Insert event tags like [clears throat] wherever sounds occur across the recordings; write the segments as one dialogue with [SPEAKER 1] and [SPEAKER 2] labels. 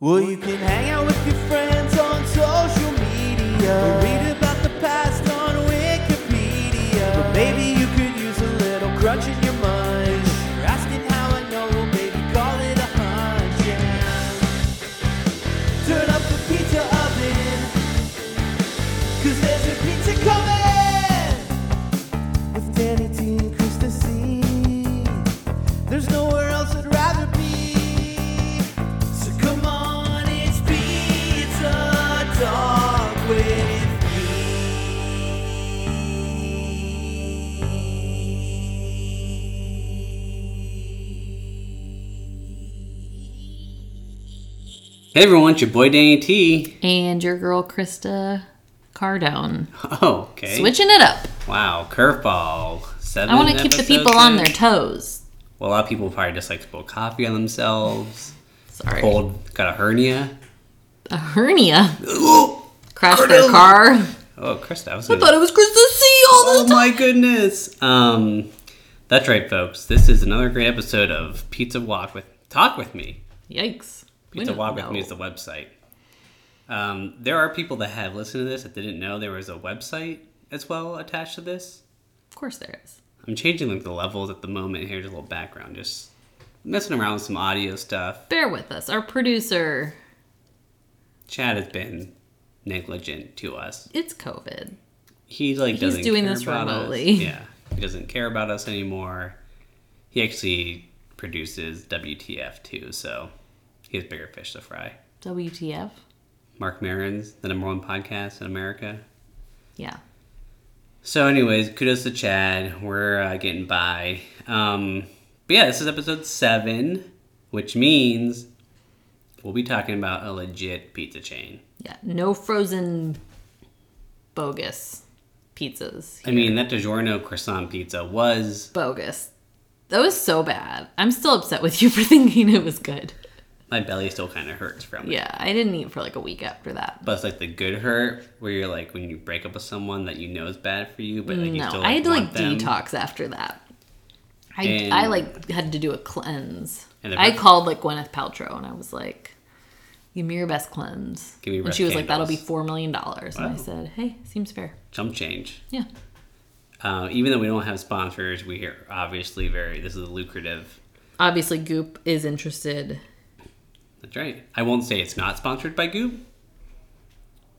[SPEAKER 1] Well, you can hang out with your friends on social media. Or read about the past on Wikipedia. But maybe you could use a little crunch in your mind. You're asking how I know, well, baby, call it a hunch. Yeah. Turn up the pizza oven. Cause there's a pizza coming! With Danny D and Chris the There's nowhere else I'd rather be. So come on, it's pizza talk with
[SPEAKER 2] Hey everyone, it's your boy Danny T.
[SPEAKER 3] And your girl Krista Cardone.
[SPEAKER 2] Oh, [laughs] okay.
[SPEAKER 3] Switching it up.
[SPEAKER 2] Wow, curveball. Seven.
[SPEAKER 3] I want to keep the
[SPEAKER 2] episodes
[SPEAKER 3] people on
[SPEAKER 2] in?
[SPEAKER 3] their toes.
[SPEAKER 2] Well, a lot of people probably just like spill coffee on themselves.
[SPEAKER 3] Sorry.
[SPEAKER 2] Cold, got a hernia. [gasps]
[SPEAKER 3] A hernia. Crashed their
[SPEAKER 2] Cardone.
[SPEAKER 3] car.
[SPEAKER 2] Oh, Krista, I was.
[SPEAKER 3] I
[SPEAKER 2] Gonna...
[SPEAKER 3] thought it was Krista C all this
[SPEAKER 2] Oh
[SPEAKER 3] time.
[SPEAKER 2] my goodness. Um, that's right, folks. This is another great episode of Pizza Walk with Talk with Me.
[SPEAKER 3] Yikes. We
[SPEAKER 2] Pizza
[SPEAKER 3] don't
[SPEAKER 2] Walk with
[SPEAKER 3] know.
[SPEAKER 2] Me is the website. Um, there are people that have listened to this that didn't know there was a website as well attached to this.
[SPEAKER 3] Of course there is.
[SPEAKER 2] I'm changing like the levels at the moment here, just a little background, just messing around with some audio stuff.
[SPEAKER 3] Bear with us. Our producer,
[SPEAKER 2] Chad has been negligent to us.
[SPEAKER 3] it's COVID.
[SPEAKER 2] He like
[SPEAKER 3] He's
[SPEAKER 2] doesn't
[SPEAKER 3] doing
[SPEAKER 2] care
[SPEAKER 3] this
[SPEAKER 2] about us.
[SPEAKER 3] remotely. [laughs]
[SPEAKER 2] Yeah, he doesn't care about us anymore. He actually produces WTF too, so he has bigger fish to fry.
[SPEAKER 3] WTF.
[SPEAKER 2] Mark Marin's the number one podcast in America.
[SPEAKER 3] Yeah.
[SPEAKER 2] So, anyways, kudos to Chad. We're uh, getting by. Um, but yeah, this is episode seven, which means we'll be talking about a legit pizza chain.
[SPEAKER 3] Yeah. No frozen bogus pizzas.
[SPEAKER 2] I mean, that DiGiorno croissant pizza was
[SPEAKER 3] Bogus. That was so bad. I'm still upset with you for [laughs] thinking it was good.
[SPEAKER 2] my belly still kind of hurts from it.
[SPEAKER 3] Yeah, I didn't eat for like a week after that.
[SPEAKER 2] But it's like the good hurt where you're like when you break up with someone that you know is bad for you, but like you
[SPEAKER 3] no,
[SPEAKER 2] still like,
[SPEAKER 3] I had to like
[SPEAKER 2] want them.
[SPEAKER 3] detox after that. I,
[SPEAKER 2] And-
[SPEAKER 3] I like had to do a cleanse.
[SPEAKER 2] And the
[SPEAKER 3] I
[SPEAKER 2] breath-
[SPEAKER 3] called like Gwyneth Paltrow and I was like, "Give me your best cleanse."
[SPEAKER 2] Give me
[SPEAKER 3] and
[SPEAKER 2] breath
[SPEAKER 3] she was like, "That'll be
[SPEAKER 2] candles.
[SPEAKER 3] four million dollars." And I
[SPEAKER 2] Wow.
[SPEAKER 3] said, "Hey, seems fair."
[SPEAKER 2] Jump change.
[SPEAKER 3] Yeah,
[SPEAKER 2] Uh, even though we don't have sponsors, we are obviously very. This is a lucrative.
[SPEAKER 3] obviously Goop is interested.
[SPEAKER 2] That's right. I won't say it's not sponsored by Goop,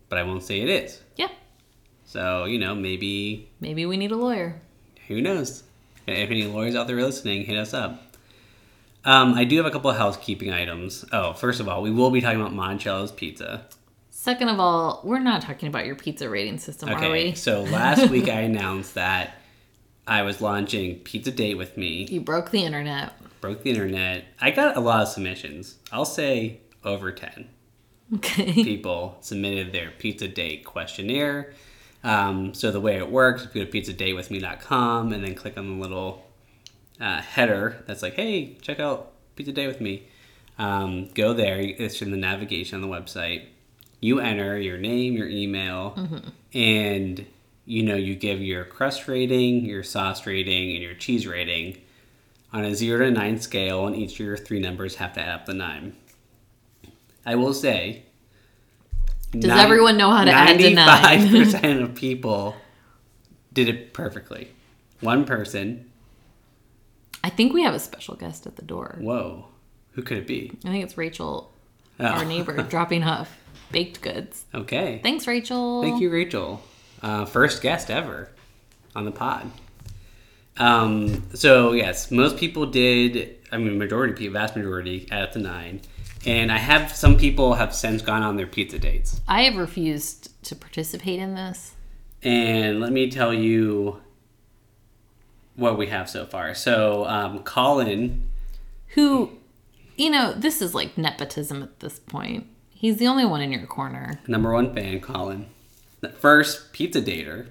[SPEAKER 2] but I won't say it is.
[SPEAKER 3] Yeah,
[SPEAKER 2] So you know, maybe
[SPEAKER 3] maybe we need a lawyer.
[SPEAKER 2] who knows? If any lawyers out there are listening, hit us up. Um, I do have a couple of housekeeping items. Oh, first of all, we will be talking about Monticello's Pizza.
[SPEAKER 3] Second of all, we're not talking about your pizza rating system, are
[SPEAKER 2] Okay,
[SPEAKER 3] we?
[SPEAKER 2] so
[SPEAKER 3] [laughs]
[SPEAKER 2] last week I announced that I was launching Pizza Date with Me.
[SPEAKER 3] You broke the internet.
[SPEAKER 2] Broke the internet. I got a lot of submissions. I'll say over ten.
[SPEAKER 3] Okay.
[SPEAKER 2] people submitted their pizza date questionnaire. Um, so the way it works, if you go to pizzadatewithme.com and then click on the little uh, header that's like, hey, check out Pizza Date with Me. Um, go there. It's in the navigation on the website. You enter your name, your email, and you know you give your crust rating, your sauce rating, and your cheese rating on a zero to nine scale, and each of your three numbers have to add up the nine. I will say.
[SPEAKER 3] Does everyone know how to add to nine?
[SPEAKER 2] percent of people did it perfectly. One person,
[SPEAKER 3] I think we have a special guest at the door.
[SPEAKER 2] whoa, who could it be?
[SPEAKER 3] I think it's Rachel,
[SPEAKER 2] Oh,
[SPEAKER 3] our
[SPEAKER 2] [laughs]
[SPEAKER 3] neighbor, dropping off baked goods.
[SPEAKER 2] Okay.
[SPEAKER 3] Thanks, Rachel.
[SPEAKER 2] Thank you, Rachel. Uh, first guest ever on the pod. Um, so yes, most people did. I mean, majority, pe- vast majority, out of the nine. And I have some people have since gone on their pizza dates.
[SPEAKER 3] I have refused to participate in this.
[SPEAKER 2] And let me tell you what we have so far. So um, Colin,
[SPEAKER 3] Who, you know, this is like nepotism at this point. He's the only one in your corner.
[SPEAKER 2] number one fan, Colin, the first pizza dater.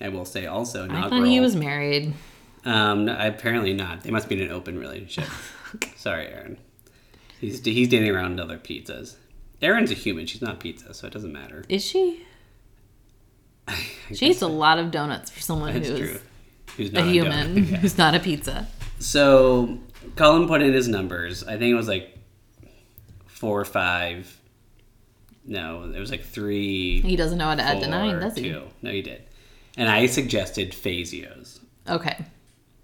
[SPEAKER 2] I will say also
[SPEAKER 3] I
[SPEAKER 2] inaugural.
[SPEAKER 3] thought he was married.
[SPEAKER 2] Um, no, apparently not. They must be in an open
[SPEAKER 3] [laughs]
[SPEAKER 2] relationship. Sorry, Aaron. He's he's dating around other pizzas. Aaron's a human. She's not pizza, so it doesn't matter.
[SPEAKER 3] Is she?
[SPEAKER 2] [laughs]
[SPEAKER 3] She eats a lot of donuts for someone
[SPEAKER 2] It's
[SPEAKER 3] who's
[SPEAKER 2] true. Who's
[SPEAKER 3] a
[SPEAKER 2] not
[SPEAKER 3] human,
[SPEAKER 2] donut. [laughs] Yeah.
[SPEAKER 3] who's not a pizza.
[SPEAKER 2] So Colin put in his numbers. I think it was like four, five. No, it was like three.
[SPEAKER 3] He doesn't know how to add to nine,
[SPEAKER 2] four,
[SPEAKER 3] does he?
[SPEAKER 2] two. No, he did. And I suggested Phasio's.
[SPEAKER 3] Okay.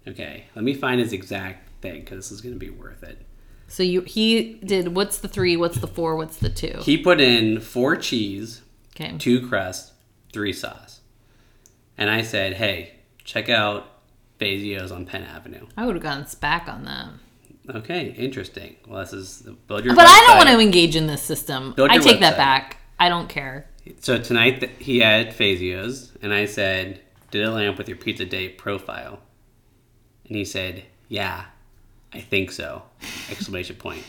[SPEAKER 2] Okay, let me find his exact thing because this is going to be worth it.
[SPEAKER 3] So you he did what's the three, what's the four, what's the two?
[SPEAKER 2] He put in four cheese,
[SPEAKER 3] okay.
[SPEAKER 2] two crust, three sauce. And I said, hey, check out Phasio's on Penn Avenue.
[SPEAKER 3] I would have gone SPAC on that.
[SPEAKER 2] Okay, interesting. Well, this is build your
[SPEAKER 3] But I don't
[SPEAKER 2] website.
[SPEAKER 3] want to engage in this system.
[SPEAKER 2] Build
[SPEAKER 3] I
[SPEAKER 2] your
[SPEAKER 3] take
[SPEAKER 2] website.
[SPEAKER 3] that back. I don't care.
[SPEAKER 2] So tonight th- he had Phasio's, and I said, "Did it line up with your pizza date profile?" And he said, "Yeah, I think so!" Exclamation [laughs] point.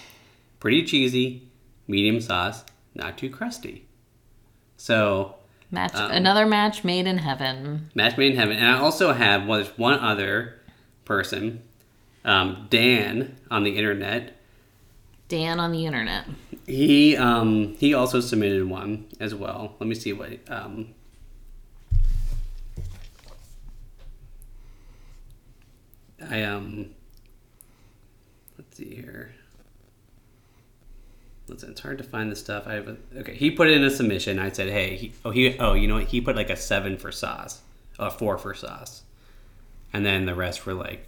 [SPEAKER 2] Pretty cheesy, medium sauce, not too crusty. So
[SPEAKER 3] Match
[SPEAKER 2] Um.
[SPEAKER 3] another match made in heaven.
[SPEAKER 2] match made in heaven. And I also have well, there's one other person, um, Dan on the internet.
[SPEAKER 3] Dan on the internet.
[SPEAKER 2] He um, he also submitted one as well. Let me see what um, I um let's see here. Listen, it's hard to find the stuff. I have a, okay. He put in a submission. I said, hey, he, oh he oh you know what? He put like a seven for sauce, a four for sauce, and then the rest were like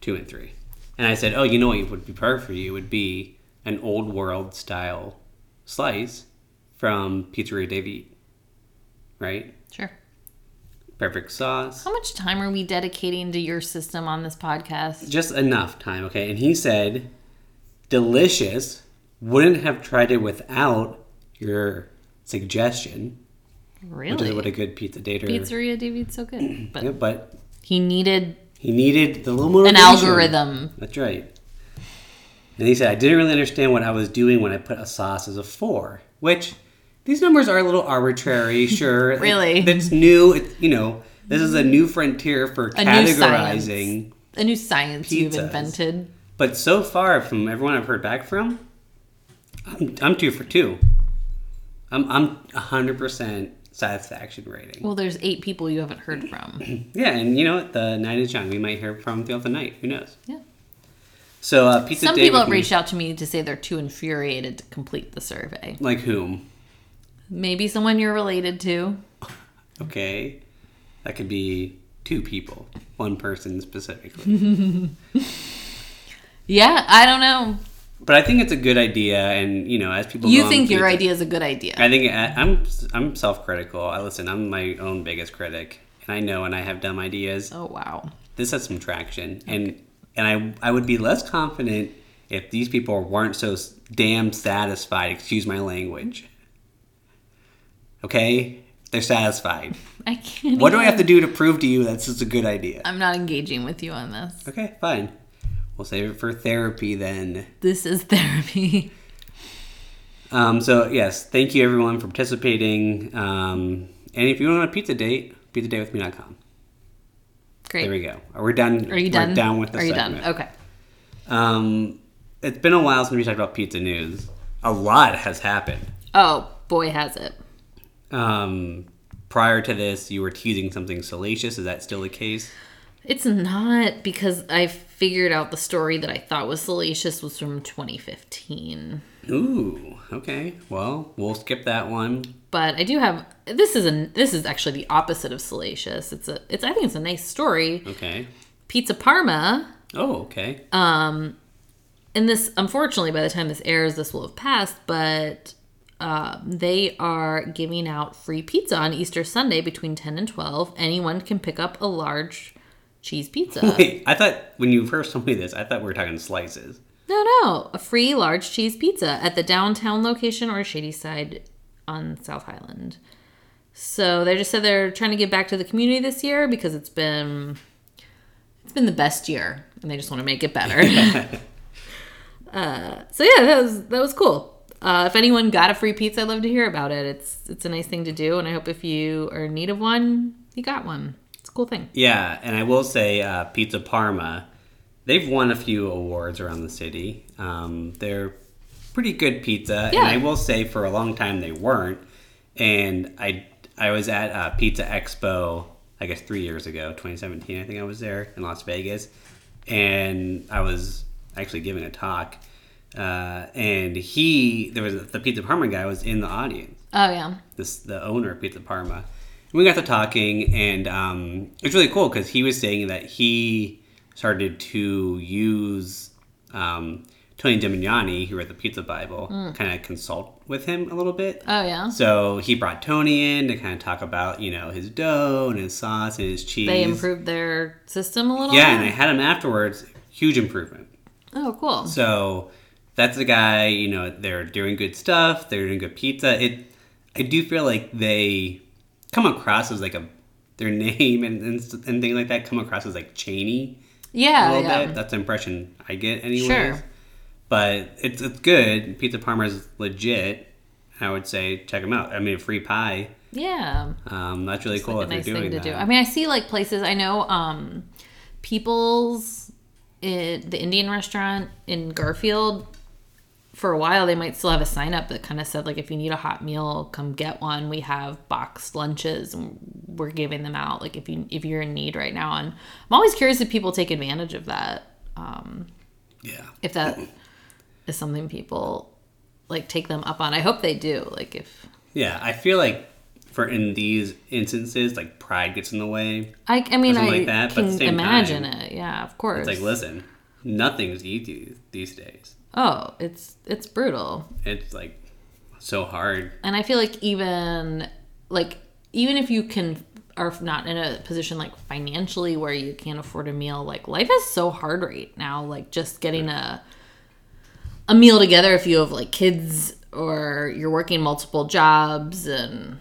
[SPEAKER 2] two and three. And I said, oh, you know what would be perfect for you would be an old world style slice from Pizzeria Davide, right?
[SPEAKER 3] Sure.
[SPEAKER 2] Perfect sauce.
[SPEAKER 3] How much time are we dedicating to your system on this podcast?
[SPEAKER 2] just enough time, okay? And he said, delicious. Wouldn't have tried it without your suggestion, which is what
[SPEAKER 3] Really?
[SPEAKER 2] a good pizza dater.
[SPEAKER 3] Pizzeria David's
[SPEAKER 2] [clears throat]
[SPEAKER 3] so good. But
[SPEAKER 2] Yeah, but
[SPEAKER 3] he needed
[SPEAKER 2] he needed the little more
[SPEAKER 3] an algorithm.
[SPEAKER 2] That's right. And he said, I didn't really understand what I was doing when I put a sauce as a four, which these numbers are a little
[SPEAKER 3] [laughs]
[SPEAKER 2] arbitrary, sure.
[SPEAKER 3] Really?
[SPEAKER 2] It- It's new. It's, you know, this is a new frontier for
[SPEAKER 3] A new science.
[SPEAKER 2] categorizing.
[SPEAKER 3] A new science
[SPEAKER 2] Pizzas.
[SPEAKER 3] you've invented.
[SPEAKER 2] But so far, from everyone I've heard back from, I'm, I'm two for two. I'm I'm hundred percent satisfaction rating.
[SPEAKER 3] Well, there's eight people you haven't heard
[SPEAKER 2] [clears throat]
[SPEAKER 3] from.
[SPEAKER 2] Yeah, and you know what? The night is young. We might hear from throughout the night. Who knows?
[SPEAKER 3] Yeah.
[SPEAKER 2] So uh, pizza.
[SPEAKER 3] Some
[SPEAKER 2] Day
[SPEAKER 3] people
[SPEAKER 2] with
[SPEAKER 3] have
[SPEAKER 2] me-
[SPEAKER 3] reached out to me to say they're too infuriated to complete the survey.
[SPEAKER 2] Like whom?
[SPEAKER 3] Maybe someone you're related to.
[SPEAKER 2] Okay, that could be two people, one person specifically. [laughs]
[SPEAKER 3] Yeah, I don't know.
[SPEAKER 2] but I think it's a good idea, and you know, as people go
[SPEAKER 3] You
[SPEAKER 2] on
[SPEAKER 3] think your
[SPEAKER 2] pizza-
[SPEAKER 3] idea is a good idea.
[SPEAKER 2] I think I, I'm I'm self-critical. I listen. I'm my own biggest critic, and I know, and I have dumb ideas.
[SPEAKER 3] Oh, wow.
[SPEAKER 2] this has some traction and and I I would be less confident if these people weren't so s- damn satisfied, excuse my language. Okay? They're satisfied.
[SPEAKER 3] I can't.
[SPEAKER 2] What do I
[SPEAKER 3] even-
[SPEAKER 2] have to do to prove to you that's just a good idea?
[SPEAKER 3] I'm not engaging with you on this.
[SPEAKER 2] Okay, fine. We'll save it for therapy then.
[SPEAKER 3] This is [laughs] therapy.
[SPEAKER 2] Um, so yes, thank you everyone for participating. Um, and if you want a pizza date, pizza date with me.com.
[SPEAKER 3] Great.
[SPEAKER 2] There we go. We're done.
[SPEAKER 3] Are you
[SPEAKER 2] we're
[SPEAKER 3] done?
[SPEAKER 2] down with the
[SPEAKER 3] Are you
[SPEAKER 2] segment.
[SPEAKER 3] done? Okay.
[SPEAKER 2] Um, it's been a while since we talked about pizza news. A lot has happened.
[SPEAKER 3] Oh, boy, has it.
[SPEAKER 2] Um, prior to this, you were teasing something salacious. Is that still the case?
[SPEAKER 3] It's not because I figured out the story that I thought was salacious was from 2015.
[SPEAKER 2] Ooh, okay. Well, we'll skip that one.
[SPEAKER 3] But I do have this is an this is actually the opposite of salacious. It's a it's I think it's a nice story.
[SPEAKER 2] Okay.
[SPEAKER 3] Pizza Parma
[SPEAKER 2] Oh, okay.
[SPEAKER 3] Uh, Um, and this unfortunately by the time this airs this will have passed but uh, they are giving out free pizza on easter sunday between 10 and 12 anyone can pick up a large cheese pizza
[SPEAKER 2] Wait, I thought when you first told me this, I thought we were talking slices.
[SPEAKER 3] no no a free large cheese pizza at the downtown location or shady side on south highland so they just said they're trying to give back to the community this year because it's been it's been the best year and they just want to make it better
[SPEAKER 2] [laughs]
[SPEAKER 3] [laughs] Uh, So yeah, that was that was cool. Uh, if anyone got a free pizza, I'd love to hear about it. It's it's a nice thing to do, and I hope if you are in need of one, you got one. It's a cool thing.
[SPEAKER 2] Yeah, and I will say, uh, Pizza Parma, they've won a few awards around the city. Um, they're pretty good pizza,
[SPEAKER 3] Yeah.
[SPEAKER 2] and I will say, for a long time they weren't. And I, I was at uh, Pizza Expo, I guess three years ago, 2017. I think I was there in Las Vegas, and I was actually giving a talk Uh, and he, there was the Pizza Parma guy was in the audience,
[SPEAKER 3] Oh yeah.
[SPEAKER 2] this the owner of Pizza Parma. And we got to talking, and um, it's really cool because he was saying that he started to use um, Tony Demignani, who wrote the Pizza Bible,
[SPEAKER 3] Mm.
[SPEAKER 2] kind of consult with him a little bit.
[SPEAKER 3] Oh yeah.
[SPEAKER 2] So he brought Tony in to kind of talk about, you know, his dough and his sauce and his cheese.
[SPEAKER 3] They improved their system a little.
[SPEAKER 2] Yeah, and I
[SPEAKER 3] bit?
[SPEAKER 2] had him afterwards. Huge improvement.
[SPEAKER 3] oh, cool.
[SPEAKER 2] So that's the guy. You know, they're doing good stuff. They're doing good pizza. It. I do feel like they come across as like a their [laughs] name and and, s- and things like that come across as like Cheney a
[SPEAKER 3] yeah,
[SPEAKER 2] little
[SPEAKER 3] yeah.
[SPEAKER 2] bit. That's the impression I get, anyways.
[SPEAKER 3] Sure.
[SPEAKER 2] But it's it's good. Pizza Parma's legit. I would say check them out. I mean, free pie.
[SPEAKER 3] Yeah.
[SPEAKER 2] Um, that's really cool
[SPEAKER 3] like a
[SPEAKER 2] if
[SPEAKER 3] nice
[SPEAKER 2] they're doing
[SPEAKER 3] thing to
[SPEAKER 2] that.
[SPEAKER 3] do. I mean, I see like places. I know um, people's it, the Indian restaurant in Garfield. For a while, they might still have a sign up that kind of said like, if you need a hot meal, come get one. We have boxed lunches, and we're giving them out. Like if you if you're in need right now, and I'm always curious if people take advantage of that.
[SPEAKER 2] yeah.
[SPEAKER 3] If that is something people like take them up on, I hope they do. Like if
[SPEAKER 2] Yeah, I feel like for in these instances, like pride gets in the way.
[SPEAKER 3] I, I mean,
[SPEAKER 2] Something
[SPEAKER 3] I
[SPEAKER 2] like that, but at the
[SPEAKER 3] can
[SPEAKER 2] same
[SPEAKER 3] imagine
[SPEAKER 2] time,
[SPEAKER 3] it. Yeah, of course.
[SPEAKER 2] It's like, listen, nothing's easy these days.
[SPEAKER 3] Oh, it's it's brutal.
[SPEAKER 2] It's like so hard.
[SPEAKER 3] And I feel like even like even if you can are not in a position like financially where you can't afford a meal, like life is so hard right now. Like just getting a a meal together if you have like kids or you're working multiple jobs and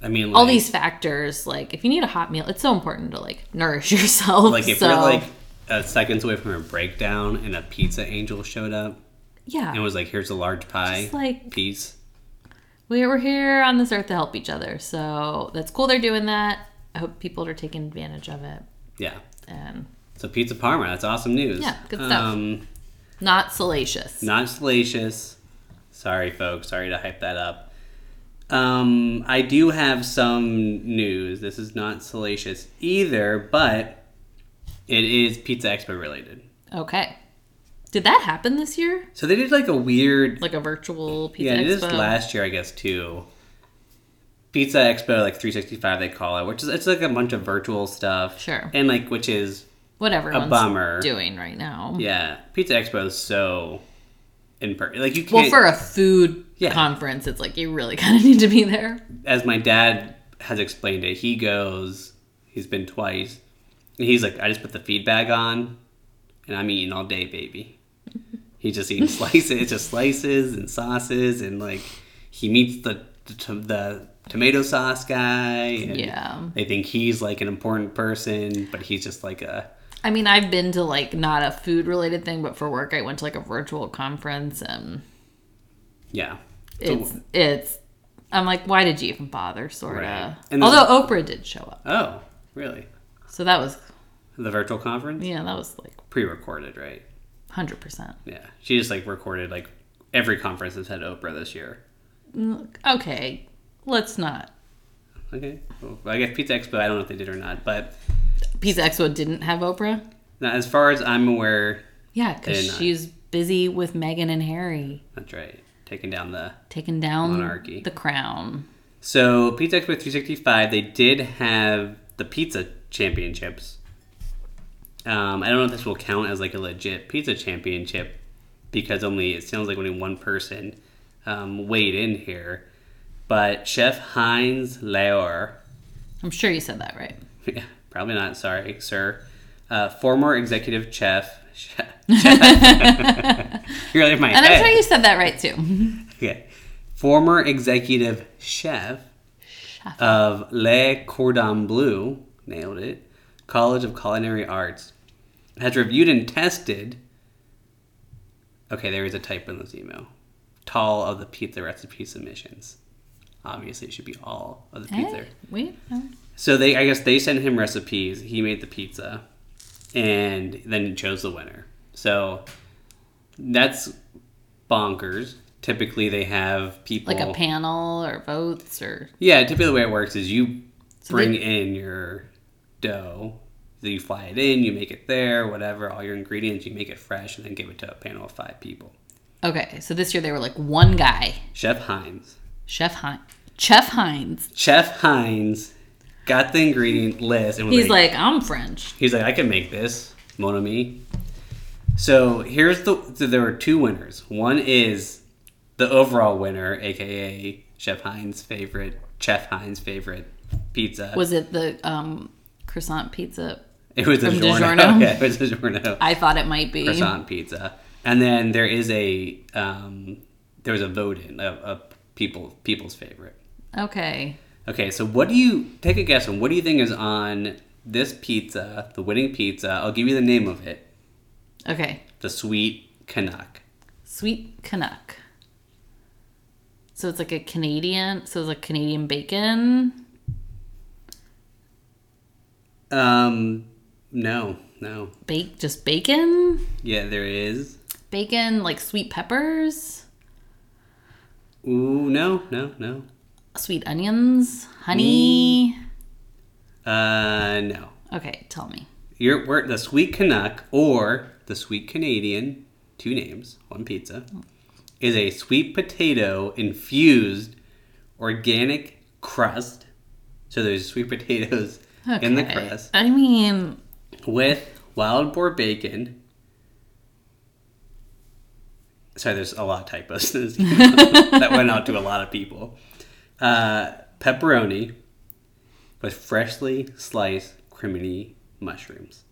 [SPEAKER 2] I mean, like,
[SPEAKER 3] all these factors like if you need a hot meal it's so important to like nourish [laughs] yourself
[SPEAKER 2] like if
[SPEAKER 3] so,
[SPEAKER 2] you're like uh, seconds away from a breakdown and a pizza angel showed up
[SPEAKER 3] yeah
[SPEAKER 2] and was like, "Here's a large pie
[SPEAKER 3] Just, like-
[SPEAKER 2] piece."
[SPEAKER 3] we were here on this earth to help each other so that's cool they're doing that i hope people are taking advantage of it
[SPEAKER 2] Yeah.
[SPEAKER 3] and
[SPEAKER 2] So pizza parma, that's awesome news. Um,
[SPEAKER 3] Yeah, good stuff. not salacious
[SPEAKER 2] Not salacious. Sorry, folks. Sorry to hype that up. Um, I do have some news. This is not salacious either, but it is Pizza Expo related.
[SPEAKER 3] okay did that happen this year
[SPEAKER 2] So they did like a weird.
[SPEAKER 3] like a virtual pizza
[SPEAKER 2] yeah,
[SPEAKER 3] expo
[SPEAKER 2] it is last year, I guess, too. Pizza Expo, like 365, they call it, which is it's like a bunch of virtual stuff.
[SPEAKER 3] Sure.
[SPEAKER 2] And like, which is
[SPEAKER 3] what everyone's
[SPEAKER 2] bummer.
[SPEAKER 3] doing right now
[SPEAKER 2] yeah, Pizza Expo is so in person. Like you can't.
[SPEAKER 3] well for a food
[SPEAKER 2] Yeah.
[SPEAKER 3] conference it's like you really [laughs] kind of need to be there
[SPEAKER 2] as my dad has explained it, he goes, he's been twice, and he's like, I just put the feed bag on, and I'm eating all day, baby. he just
[SPEAKER 3] [laughs]
[SPEAKER 2] eats slices, it's just slices and sauces, and like he meets the the, to- the tomato sauce guy. And
[SPEAKER 3] Yeah.
[SPEAKER 2] they think he's like an important person, but he's just like a
[SPEAKER 3] i mean i've been to like not a food related thing but for work i went to like a virtual conference and
[SPEAKER 2] yeah. So-
[SPEAKER 3] it's it's i'm like why did you even bother sort of
[SPEAKER 2] Right. And there's-
[SPEAKER 3] although oprah did show up
[SPEAKER 2] oh, really?
[SPEAKER 3] so that was
[SPEAKER 2] The virtual conference,
[SPEAKER 3] yeah that was like
[SPEAKER 2] pre-recorded, right?
[SPEAKER 3] 100%
[SPEAKER 2] Yeah, she just like recorded like every conference that's had Oprah this year.
[SPEAKER 3] okay let's not
[SPEAKER 2] Okay. Well, I guess Pizza Expo, I don't know if they did or not, but
[SPEAKER 3] Pizza Expo didn't have Oprah.
[SPEAKER 2] now, as far as I'm aware,
[SPEAKER 3] Yeah, because
[SPEAKER 2] They're not.
[SPEAKER 3] she's busy with Meghan and Harry
[SPEAKER 2] that's right, taking down the.
[SPEAKER 3] taking down
[SPEAKER 2] Monarchy.
[SPEAKER 3] the crown.
[SPEAKER 2] So, Pizza Expo 365, they did have the pizza championships. Um, I don't know if this will count as like a legit pizza championship because only, it sounds like only one person um, weighed in here. But Chef Heinz Laor,
[SPEAKER 3] I'm sure you said that right.
[SPEAKER 2] Yeah, probably not. Sorry, sir. Uh, former executive chef. [laughs] chef.
[SPEAKER 3] [laughs]
[SPEAKER 2] You're in my
[SPEAKER 3] And I'm
[SPEAKER 2] head.
[SPEAKER 3] sure you said that right too.
[SPEAKER 2] Okay. Former executive chef of Le Cordon Bleu, nailed it, College of Culinary Arts, has reviewed and tested. Okay, there is a typo in this email. Tall of the pizza recipe submissions. Obviously, it should be all of the pizza.
[SPEAKER 3] Eh, wait. huh?
[SPEAKER 2] So they, I guess, they sent him recipes. He made the pizza, and then chose the winner. So that's bonkers. Typically, they have people
[SPEAKER 3] Like a panel or votes or
[SPEAKER 2] Yeah, typically the way it works is you
[SPEAKER 3] So
[SPEAKER 2] bring
[SPEAKER 3] they-
[SPEAKER 2] in your dough, So you fly it in, you make it there, whatever, all your ingredients, you make it fresh, and then give it to a panel of five people.
[SPEAKER 3] Okay, so this year they were like one guy,
[SPEAKER 2] Chef Hines.
[SPEAKER 3] Chef Hines. Chef Hines.
[SPEAKER 2] Chef Hines got the ingredient list and was
[SPEAKER 3] He's
[SPEAKER 2] like,
[SPEAKER 3] like, I'm French.
[SPEAKER 2] he's like, I can make this, mon ami. So here's the so there were two winners. One is the overall winner, aka Chef Hines' favorite, Chef Hines' favorite pizza.
[SPEAKER 3] Was it the um, croissant pizza?
[SPEAKER 2] it was a
[SPEAKER 3] from
[SPEAKER 2] DiGiorno. [laughs]
[SPEAKER 3] DiGiorno?
[SPEAKER 2] Yeah, it was DiGiorno
[SPEAKER 3] I thought it might be.
[SPEAKER 2] croissant pizza. And then there is a um, there was a vote in of, of people people's favorite.
[SPEAKER 3] Okay.
[SPEAKER 2] Okay, so what do you take a guess on? What do you think is on this pizza, the winning pizza? I'll give you the name of it,
[SPEAKER 3] Okay.
[SPEAKER 2] the Sweet Canuck.
[SPEAKER 3] Sweet Canuck. So it's like a Canadian. So it's like Canadian bacon.
[SPEAKER 2] Um, no, no.
[SPEAKER 3] Bake just bacon.
[SPEAKER 2] Yeah, there is.
[SPEAKER 3] Bacon like sweet peppers,
[SPEAKER 2] Ooh, no, no, no.
[SPEAKER 3] sweet onions, honey.
[SPEAKER 2] Uh, no.
[SPEAKER 3] Okay, tell me.
[SPEAKER 2] You're we're, the Sweet Canuck or the Sweet Canadian, two names, one pizza, is a sweet potato infused organic crust. So there's sweet potatoes in the
[SPEAKER 3] Okay.
[SPEAKER 2] crust
[SPEAKER 3] I mean, [laughs]
[SPEAKER 2] with wild boar bacon. Sorry, there's a lot of typos. [laughs]
[SPEAKER 3] [laughs]
[SPEAKER 2] that went out to a lot of people. Uh, pepperoni with freshly sliced crimini mushrooms.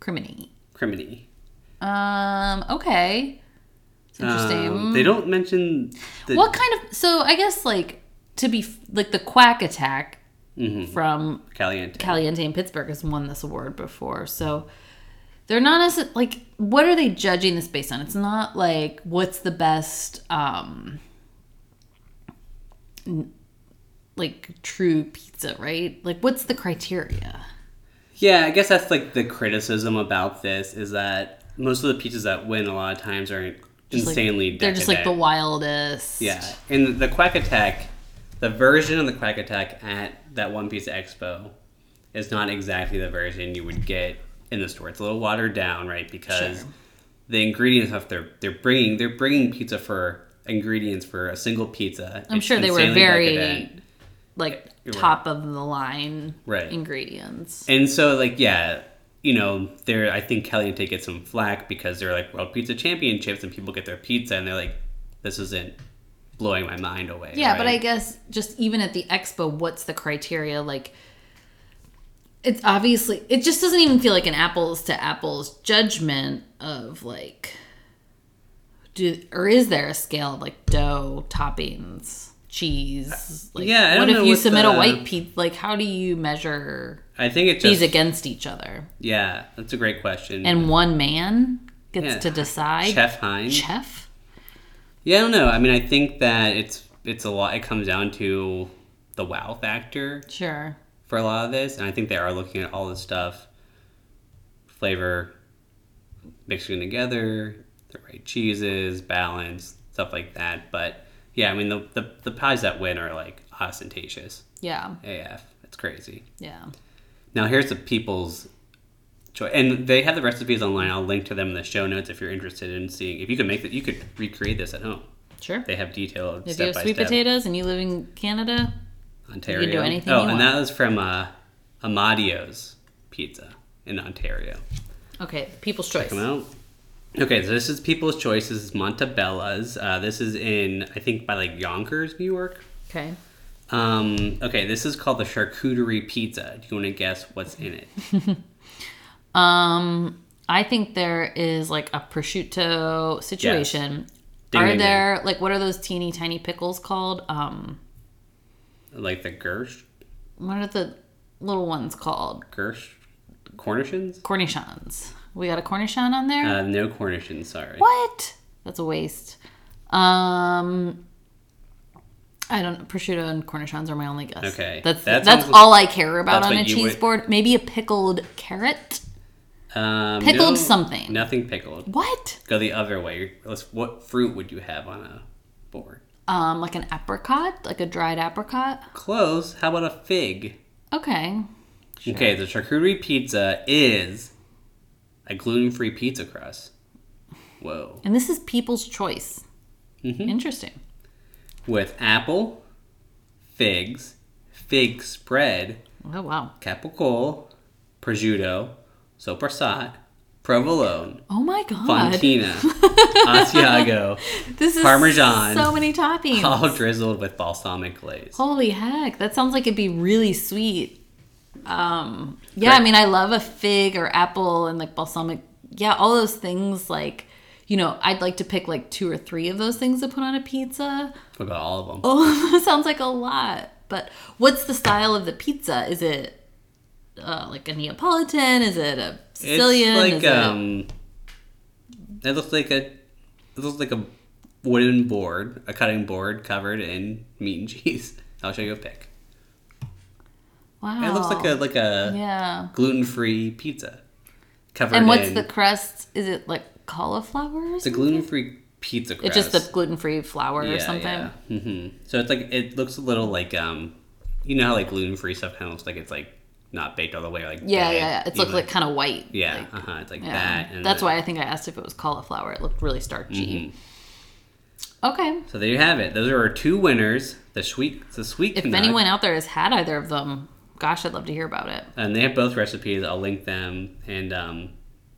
[SPEAKER 3] criminy.
[SPEAKER 2] Crimini.
[SPEAKER 3] Um. Okay. It's interesting.
[SPEAKER 2] Um, they don't mention the
[SPEAKER 3] what kind of? So I guess like to be f- like the quack attack from
[SPEAKER 2] mm-hmm, caliente.
[SPEAKER 3] Caliente in Pittsburgh has won this award before, so they're not as like what are they judging this based on? It's not like what's the best um n- like true pizza, right? Like what's the criteria?
[SPEAKER 2] yeah, I guess that's like the criticism about this is that most of the pizzas that win a lot of times are
[SPEAKER 3] Just, like,
[SPEAKER 2] insanely
[SPEAKER 3] They're just like the
[SPEAKER 2] decadent.
[SPEAKER 3] wildest.
[SPEAKER 2] yeah. And the Quack Attack, the version of the Quack Attack at that One Piece Expo, is not exactly the version you would get in the store. It's a little watered down, right? Because
[SPEAKER 3] Sure.
[SPEAKER 2] the ingredients stuff they're they're bringing they're bringing pizza for ingredients for a single pizza.
[SPEAKER 3] I'm
[SPEAKER 2] It's
[SPEAKER 3] sure they were
[SPEAKER 2] insanely
[SPEAKER 3] very
[SPEAKER 2] decadent.
[SPEAKER 3] like
[SPEAKER 2] You're right.
[SPEAKER 3] top of the line
[SPEAKER 2] Right.
[SPEAKER 3] ingredients.
[SPEAKER 2] And so, like, yeah, you know, there. I think Caliente gets some flack because they're like World Pizza Championships, and people get their pizza, and they're like, "This isn't blowing my mind away."
[SPEAKER 3] Yeah, but I
[SPEAKER 2] right?
[SPEAKER 3] guess just even at the expo, what's the criteria? Like, it's obviously, it just doesn't even feel like an apples to apples judgment of like, do or is there a scale of like dough, toppings, cheese? Like,
[SPEAKER 2] Uh, yeah, I
[SPEAKER 3] what
[SPEAKER 2] don't know
[SPEAKER 3] if you
[SPEAKER 2] what
[SPEAKER 3] submit
[SPEAKER 2] the-
[SPEAKER 3] a white pizza? Like, how do you measure
[SPEAKER 2] I think it's
[SPEAKER 3] these
[SPEAKER 2] just
[SPEAKER 3] against each other?
[SPEAKER 2] yeah. That's a great question.
[SPEAKER 3] And one man gets
[SPEAKER 2] Yeah.
[SPEAKER 3] to decide.
[SPEAKER 2] Chef Hines.
[SPEAKER 3] Chef?
[SPEAKER 2] Yeah, I don't know. I mean, I think that it's it's a lot. It comes down to the wow factor
[SPEAKER 3] Sure.
[SPEAKER 2] for a lot of this, and I think they are looking at all this stuff, flavor, mixing together, the right cheeses, balance, stuff like that. But yeah, I mean the the, the pies that win are like ostentatious
[SPEAKER 3] Yeah.
[SPEAKER 2] AF. It's crazy.
[SPEAKER 3] Yeah.
[SPEAKER 2] Now here's the people's choice, and they have the recipes online. I'll link to them in the show notes if you're interested in seeing if you can make that. You could recreate this at home.
[SPEAKER 3] Sure.
[SPEAKER 2] They have detailed
[SPEAKER 3] If you
[SPEAKER 2] step
[SPEAKER 3] have
[SPEAKER 2] by
[SPEAKER 3] sweet
[SPEAKER 2] step.
[SPEAKER 3] potatoes and you live in Canada,
[SPEAKER 2] Ontario.
[SPEAKER 3] You can do anything
[SPEAKER 2] oh,
[SPEAKER 3] you
[SPEAKER 2] and
[SPEAKER 3] want.
[SPEAKER 2] that was from uh, Amadio's Pizza in Ontario.
[SPEAKER 3] okay, people's choice.
[SPEAKER 2] Come out. Okay, so this is People's Choice. This is Montabella's. Uh, this is in, I think, by like Yonkers, New York.
[SPEAKER 3] Okay.
[SPEAKER 2] Um, okay, this is called the charcuterie pizza. Do you want to guess what's in it?
[SPEAKER 3] Um, I think there is like a prosciutto situation.
[SPEAKER 2] Ding,
[SPEAKER 3] are
[SPEAKER 2] ding,
[SPEAKER 3] there like what are those teeny tiny pickles called? Um,
[SPEAKER 2] Like the Gersh,
[SPEAKER 3] what are the little ones called?
[SPEAKER 2] Gersh, Cornishons?
[SPEAKER 3] Cornichons. We got a cornichon on there.
[SPEAKER 2] Uh, no Cornishons, sorry.
[SPEAKER 3] what? That's a waste. Um. I don't prosciutto and cornichons are my only guess.
[SPEAKER 2] Okay.
[SPEAKER 3] That's
[SPEAKER 2] That
[SPEAKER 3] that's
[SPEAKER 2] sounds-
[SPEAKER 3] all I care about
[SPEAKER 2] that's
[SPEAKER 3] on a
[SPEAKER 2] what you
[SPEAKER 3] cheese
[SPEAKER 2] would-
[SPEAKER 3] board. Maybe a pickled carrot.
[SPEAKER 2] Um,
[SPEAKER 3] Pickled
[SPEAKER 2] no-
[SPEAKER 3] something.
[SPEAKER 2] Nothing pickled.
[SPEAKER 3] What?
[SPEAKER 2] Go the other way. Let's, what fruit would you have on a board?
[SPEAKER 3] Um, like an apricot, like a dried apricot.
[SPEAKER 2] Close. How about a fig?
[SPEAKER 3] Okay.
[SPEAKER 2] Okay, the charcuterie pizza is a gluten-free pizza crust. Whoa.
[SPEAKER 3] And this is people's choice.
[SPEAKER 2] Mm-hmm.
[SPEAKER 3] Interesting.
[SPEAKER 2] With apple, figs, fig spread,
[SPEAKER 3] Oh wow.
[SPEAKER 2] capicola, prosciutto, sopressat, provolone,
[SPEAKER 3] Oh my god. [laughs]
[SPEAKER 2] fontina, asiago,
[SPEAKER 3] This is
[SPEAKER 2] Parmesan. Oh.
[SPEAKER 3] So
[SPEAKER 2] [laughs]
[SPEAKER 3] many toppings.
[SPEAKER 2] all drizzled with balsamic glaze.
[SPEAKER 3] Holy heck, that sounds like it'd be really sweet. Um, yeah,
[SPEAKER 2] Correct.
[SPEAKER 3] I mean, I love a fig or apple and like balsamic. Yeah, all those things. Like, you know, I'd like to pick like two or three of those things to put on a pizza. [laughs]
[SPEAKER 2] Forgot all of them.
[SPEAKER 3] Oh, that sounds like a lot. But what's the style of the pizza? Is it uh, like a Neapolitan? Is it a Sicilian?
[SPEAKER 2] It's
[SPEAKER 3] Is
[SPEAKER 2] like
[SPEAKER 3] it-
[SPEAKER 2] um, it looks like a it looks like a wooden board, a cutting board covered in meat and cheese. [laughs] I'll show you a pic.
[SPEAKER 3] wow.
[SPEAKER 2] It looks like a like a
[SPEAKER 3] yeah.
[SPEAKER 2] gluten free pizza covered
[SPEAKER 3] And what's
[SPEAKER 2] in.
[SPEAKER 3] the crust? Is it like cauliflower? Or
[SPEAKER 2] it's a
[SPEAKER 3] something?
[SPEAKER 2] gluten free pizza crust.
[SPEAKER 3] It's just the gluten free flour or something.
[SPEAKER 2] hmm So it's like it looks a little like um, you know how like gluten free stuff kind of looks like it's like not baked all the way like
[SPEAKER 3] Yeah,
[SPEAKER 2] dead,
[SPEAKER 3] yeah, yeah. It's
[SPEAKER 2] you
[SPEAKER 3] looked
[SPEAKER 2] know?
[SPEAKER 3] like kind of white.
[SPEAKER 2] yeah uh huh it's like
[SPEAKER 3] Yeah.
[SPEAKER 2] that and
[SPEAKER 3] That's
[SPEAKER 2] then-
[SPEAKER 3] why I think I asked if it was cauliflower. It looked really starchy.
[SPEAKER 2] Mm-hmm.
[SPEAKER 3] Okay.
[SPEAKER 2] So there you have it. Those are our two winners. The sweet, the sweet.
[SPEAKER 3] If
[SPEAKER 2] Canuck,
[SPEAKER 3] anyone out there has had either of them, gosh, I'd love to hear about it.
[SPEAKER 2] and they have both recipes. I'll link them and um,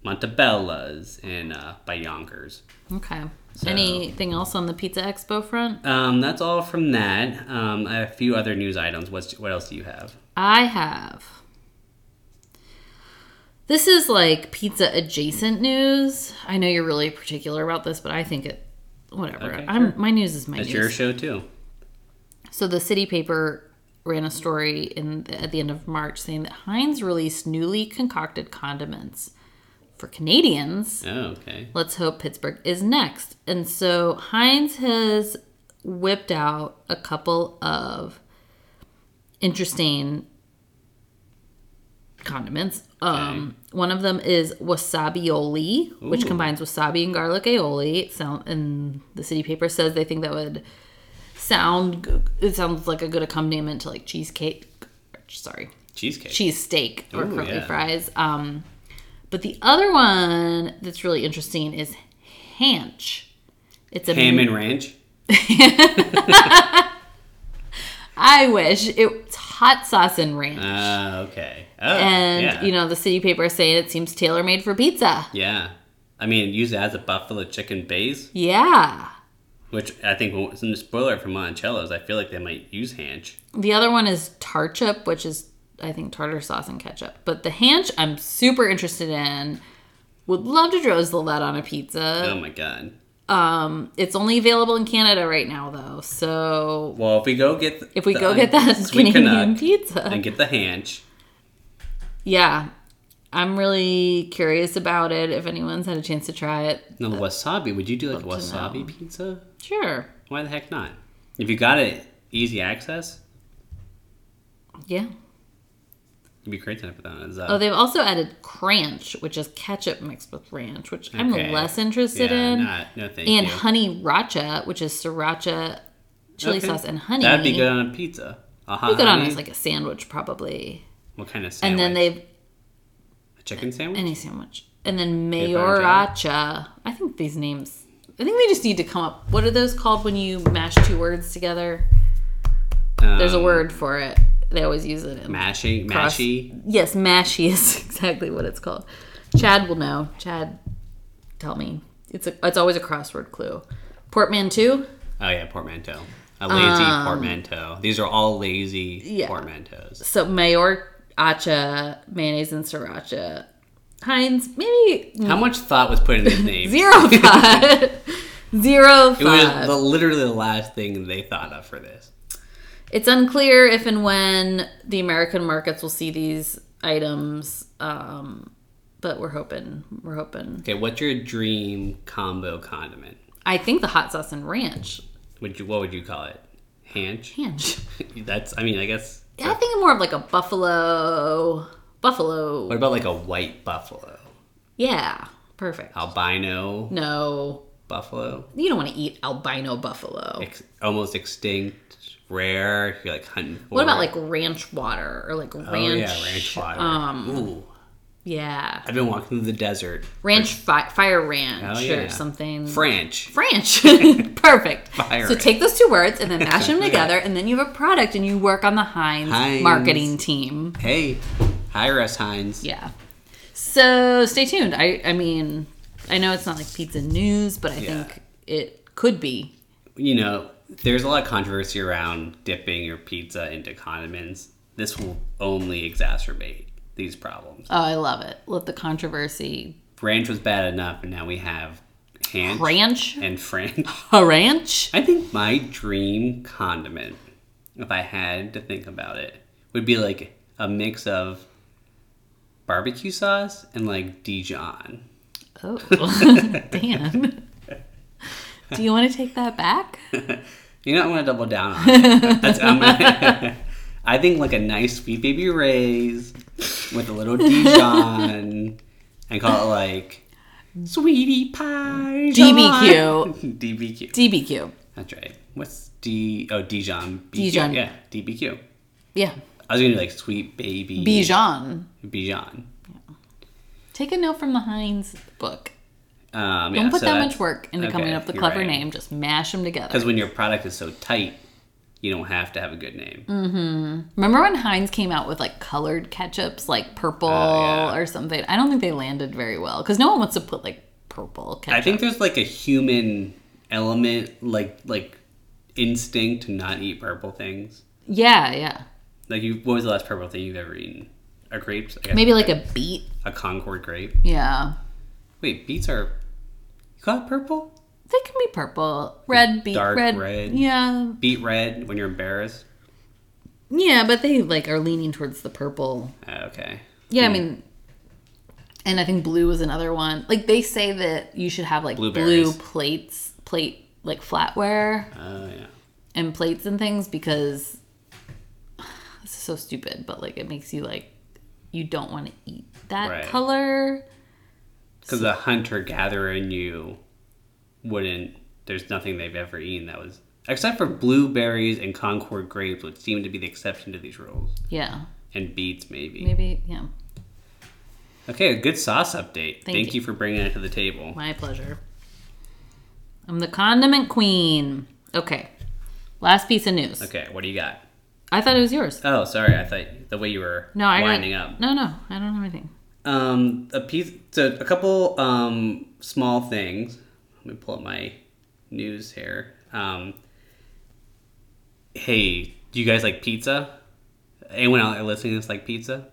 [SPEAKER 2] Montebellas and uh, by Yonkers.
[SPEAKER 3] Okay. Anything else on the Pizza Expo front?
[SPEAKER 2] Um, that's all from that. Um, I have a few other news items. What's, what else do you have?
[SPEAKER 3] I have. This is like pizza adjacent news. I know you're really particular about this, but I think it, whatever.
[SPEAKER 2] Okay,
[SPEAKER 3] I'm, My news is my
[SPEAKER 2] That's
[SPEAKER 3] news.
[SPEAKER 2] your show too.
[SPEAKER 3] So the city paper ran a story in at the end of March saying that Heinz released newly concocted condiments for Canadians.
[SPEAKER 2] Oh, okay.
[SPEAKER 3] Let's hope Pittsburgh is next. And so Heinz has whipped out a couple of interesting condiments. Um, One of them is wasabioli, which
[SPEAKER 2] Ooh.
[SPEAKER 3] combines wasabi and garlic aioli. It sound, and the city paper says they think that would sound. g- It sounds like a good accompaniment to like cheesecake. Sorry,
[SPEAKER 2] Cheesecake.
[SPEAKER 3] cheese steak or
[SPEAKER 2] Ooh,
[SPEAKER 3] curly
[SPEAKER 2] yeah.
[SPEAKER 3] fries. Um, but the other one that's really interesting is hanch. It's a
[SPEAKER 2] Ham and ranch.
[SPEAKER 3] [laughs] I wish it's hot sauce and ranch.
[SPEAKER 2] Ah, okay. Oh,
[SPEAKER 3] and
[SPEAKER 2] yeah.
[SPEAKER 3] you know the city paper is saying it seems tailor made for pizza.
[SPEAKER 2] Yeah. I mean, use it as a buffalo chicken base,
[SPEAKER 3] Yeah.
[SPEAKER 2] which I think, some spoiler for Monticello's, I feel like they might use hanch.
[SPEAKER 3] The other one is tarchup, which is I think tartar sauce and ketchup. But the hanch I'm super interested in. Would love to drizzle that on a pizza.
[SPEAKER 2] Oh my god.
[SPEAKER 3] Um, It's only available in Canada right now though, so
[SPEAKER 2] Well, if we go get the,
[SPEAKER 3] If we
[SPEAKER 2] the
[SPEAKER 3] go
[SPEAKER 2] [laughs]
[SPEAKER 3] get that
[SPEAKER 2] sweet
[SPEAKER 3] [laughs] Canadian
[SPEAKER 2] Canuck
[SPEAKER 3] pizza.
[SPEAKER 2] and get the hanch,
[SPEAKER 3] Yeah. I'm really curious about it if anyone's had a chance to try it.
[SPEAKER 2] no the wasabi. Would you do like a
[SPEAKER 3] Love to know.
[SPEAKER 2] wasabi pizza?
[SPEAKER 3] Sure.
[SPEAKER 2] Why the heck not? If you got it easy access,
[SPEAKER 3] Yeah.
[SPEAKER 2] you'd be crazy enough for that. Is, uh,
[SPEAKER 3] Oh, they've also added cranch, which is ketchup mixed with ranch, which I'm
[SPEAKER 2] Okay.
[SPEAKER 3] less interested
[SPEAKER 2] yeah,
[SPEAKER 3] in.
[SPEAKER 2] not- no, thank
[SPEAKER 3] and
[SPEAKER 2] you.
[SPEAKER 3] honey racha, which is sriracha chili
[SPEAKER 2] Okay.
[SPEAKER 3] sauce and honey.
[SPEAKER 2] That'd be good on a pizza. Uh-huh,
[SPEAKER 3] Be good on
[SPEAKER 2] honey.
[SPEAKER 3] as like a sandwich probably.
[SPEAKER 2] what kind of
[SPEAKER 3] And
[SPEAKER 2] sandwich?
[SPEAKER 3] then they've
[SPEAKER 2] a chicken sandwich.
[SPEAKER 3] any sandwich. And then
[SPEAKER 2] parmesan.
[SPEAKER 3] mayoracha. I think these names I think they just need to come up. What are those called when you mash two words together? There's a
[SPEAKER 2] Um,
[SPEAKER 3] word for it. They always use it in
[SPEAKER 2] Mashy,
[SPEAKER 3] cross-
[SPEAKER 2] mashy.
[SPEAKER 3] Yes, mashy is [laughs] exactly what it's called. Chad will know. Chad, tell me. It's a, it's always a crossword clue. Portmanteau.
[SPEAKER 2] Oh yeah, portmanteau. A lazy portmanteau. These are all lazy
[SPEAKER 3] Um, Yeah.
[SPEAKER 2] portmanteaus.
[SPEAKER 3] So mayor acha mayonnaise and sriracha. Heinz
[SPEAKER 2] [laughs]
[SPEAKER 3] maybe
[SPEAKER 2] How much thought was put in
[SPEAKER 3] [laughs]
[SPEAKER 2] these names?
[SPEAKER 3] zero five. Zero
[SPEAKER 2] It was
[SPEAKER 3] five.
[SPEAKER 2] the, literally the last thing they thought of for this.
[SPEAKER 3] It's unclear if and when the American markets will see these items, um, but we're hoping. We're hoping.
[SPEAKER 2] Okay, what's your dream combo condiment?
[SPEAKER 3] I think the hot sauce and ranch.
[SPEAKER 2] Would you what would you call it? Hanch?
[SPEAKER 3] Ranch.
[SPEAKER 2] That's I mean, I guess
[SPEAKER 3] I think more of like a buffalo. Buffalo.
[SPEAKER 2] what about like a white buffalo?
[SPEAKER 3] Yeah. Perfect.
[SPEAKER 2] Albino
[SPEAKER 3] No.
[SPEAKER 2] buffalo,
[SPEAKER 3] You don't want to eat albino buffalo.
[SPEAKER 2] ex- almost extinct, rare. If you're like hunting. For
[SPEAKER 3] What about
[SPEAKER 2] it.
[SPEAKER 3] like ranch water or like ranch?
[SPEAKER 2] Oh yeah, ranch water.
[SPEAKER 3] Um,
[SPEAKER 2] Ooh,
[SPEAKER 3] yeah,
[SPEAKER 2] I've been walking through the desert.
[SPEAKER 3] ranch fi- fire ranch
[SPEAKER 2] Oh, yeah.
[SPEAKER 3] or something.
[SPEAKER 2] French. [laughs]
[SPEAKER 3] French. Perfect.
[SPEAKER 2] Fire
[SPEAKER 3] so
[SPEAKER 2] it.
[SPEAKER 3] take those two
[SPEAKER 2] [laughs]
[SPEAKER 3] words and then mash them together, and then you have a product, and you work on the Heinz,
[SPEAKER 2] Heinz.
[SPEAKER 3] marketing team.
[SPEAKER 2] Hey, hire us, Heinz.
[SPEAKER 3] Yeah. So stay tuned. I I mean, I know it's not like pizza news, but I
[SPEAKER 2] Yeah.
[SPEAKER 3] think it could be.
[SPEAKER 2] You know, there's a lot of controversy around dipping your pizza into condiments. This will only exacerbate these problems.
[SPEAKER 3] Oh, I love it. Let the controversy.
[SPEAKER 2] Ranch was bad enough, and now we have hand
[SPEAKER 3] Ranch?
[SPEAKER 2] and French.
[SPEAKER 3] A ranch?
[SPEAKER 2] [laughs] I think my dream condiment, if I had to think about it, would be like a mix of barbecue sauce and like Dijon. [laughs]
[SPEAKER 3] Oh, [laughs] Dan. Do you want to take that back?
[SPEAKER 2] You know, I'm gonna double down on it. That's, I'm gonna- [laughs] I think like a nice sweet baby Ray's with a little Dijon, and call it like sweetie pie. [laughs]
[SPEAKER 3] DBQ.
[SPEAKER 2] DBQ.
[SPEAKER 3] DBQ.
[SPEAKER 2] That's right. What's D? Oh, Dijon. BQ.
[SPEAKER 3] Dijon.
[SPEAKER 2] Yeah, DBQ.
[SPEAKER 3] Yeah.
[SPEAKER 2] I was gonna do like sweet baby
[SPEAKER 3] Bijan.
[SPEAKER 2] Bijan.
[SPEAKER 3] Take a note from the Heinz book.
[SPEAKER 2] Um,
[SPEAKER 3] Don't put that much work into coming up with a clever name. Just mash them together.
[SPEAKER 2] Because when your product is so tight, you don't have to have a good name.
[SPEAKER 3] Mm. Hmm. Remember when Heinz came out with like colored ketchups, like purple
[SPEAKER 2] Oh, yeah.
[SPEAKER 3] or something? I don't think they landed very well because no one wants to put like purple ketchup.
[SPEAKER 2] I think there's like a human element, like like instinct to not eat purple things.
[SPEAKER 3] yeah, yeah.
[SPEAKER 2] Like you, what was the last purple thing you've ever eaten? A grape? I guess.
[SPEAKER 3] Maybe like a beet.
[SPEAKER 2] a Concord grape.
[SPEAKER 3] Yeah.
[SPEAKER 2] Wait, beets are you call it purple?
[SPEAKER 3] They can be purple. Red beet.
[SPEAKER 2] Dark
[SPEAKER 3] red.
[SPEAKER 2] red.
[SPEAKER 3] Yeah.
[SPEAKER 2] Beet red when you're embarrassed.
[SPEAKER 3] Yeah, but they like are leaning towards the purple.
[SPEAKER 2] Ah, Okay.
[SPEAKER 3] Yeah, I mean, and I think blue is another one. Like they say that you should have like blue
[SPEAKER 2] Blueberries.
[SPEAKER 3] plates, plate like flatware
[SPEAKER 2] Oh yeah.
[SPEAKER 3] and plates and things because [sighs] this is so stupid, but like it makes you like you don't want to eat that
[SPEAKER 2] Right.
[SPEAKER 3] color.
[SPEAKER 2] Because the hunter gatherer in you wouldn't. There's nothing they've ever eaten that was except for blueberries and Concord grapes, which seem to be the exception to these rules,
[SPEAKER 3] Yeah,
[SPEAKER 2] and beets maybe.
[SPEAKER 3] maybe. Yeah,
[SPEAKER 2] Okay, a good sauce update. Thank, you.
[SPEAKER 3] you.
[SPEAKER 2] for bringing it to the table.
[SPEAKER 3] my pleasure. I'm the condiment queen. Okay, last piece of news.
[SPEAKER 2] Okay, what do you got?
[SPEAKER 3] I thought it was yours.
[SPEAKER 2] Oh, sorry, I thought the way you were
[SPEAKER 3] No, I
[SPEAKER 2] winding
[SPEAKER 3] got,
[SPEAKER 2] up.
[SPEAKER 3] No, no, I don't have anything.
[SPEAKER 2] Um, a piece, so a couple um small things. Let me pull up my news here. Um, hey, do you guys like pizza? Anyone out there listening to this like pizza?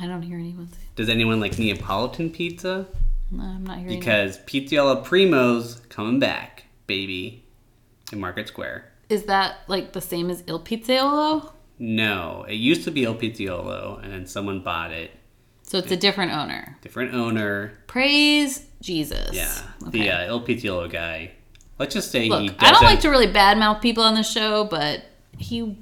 [SPEAKER 3] I don't hear anyone say.
[SPEAKER 2] Does anyone like Neapolitan pizza?
[SPEAKER 3] No, I'm not hearing. it.
[SPEAKER 2] Because Pizziola Primo's coming back, baby, in Market Square.
[SPEAKER 3] Is that like the same as Il Pizzaiolo?
[SPEAKER 2] No, it used to be El Pizziolo, and then someone bought it.
[SPEAKER 3] So it's a different owner.
[SPEAKER 2] Different owner.
[SPEAKER 3] Praise Jesus.
[SPEAKER 2] Yeah,
[SPEAKER 3] Okay.
[SPEAKER 2] the uh, El Pizziolo guy. Let's just say he
[SPEAKER 3] Look,
[SPEAKER 2] doesn't.
[SPEAKER 3] I don't like to really badmouth people on the show, but he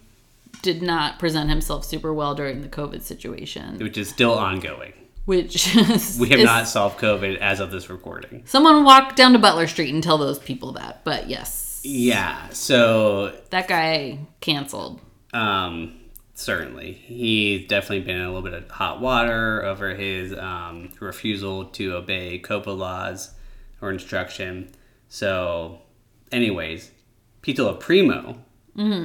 [SPEAKER 3] did not present himself super well during the COVID situation,
[SPEAKER 2] which is still ongoing.
[SPEAKER 3] which [laughs] is,
[SPEAKER 2] We have
[SPEAKER 3] is-
[SPEAKER 2] not solved COVID as of this recording.
[SPEAKER 3] Someone walk down to Butler Street and tell those people that. But yes,
[SPEAKER 2] Yeah, so
[SPEAKER 3] that guy canceled.
[SPEAKER 2] Um, certainly, he's definitely been in a little bit of hot water over his um, refusal to obey COPA laws or instruction. So, anyways, Pizza La Primo. Mm-hmm.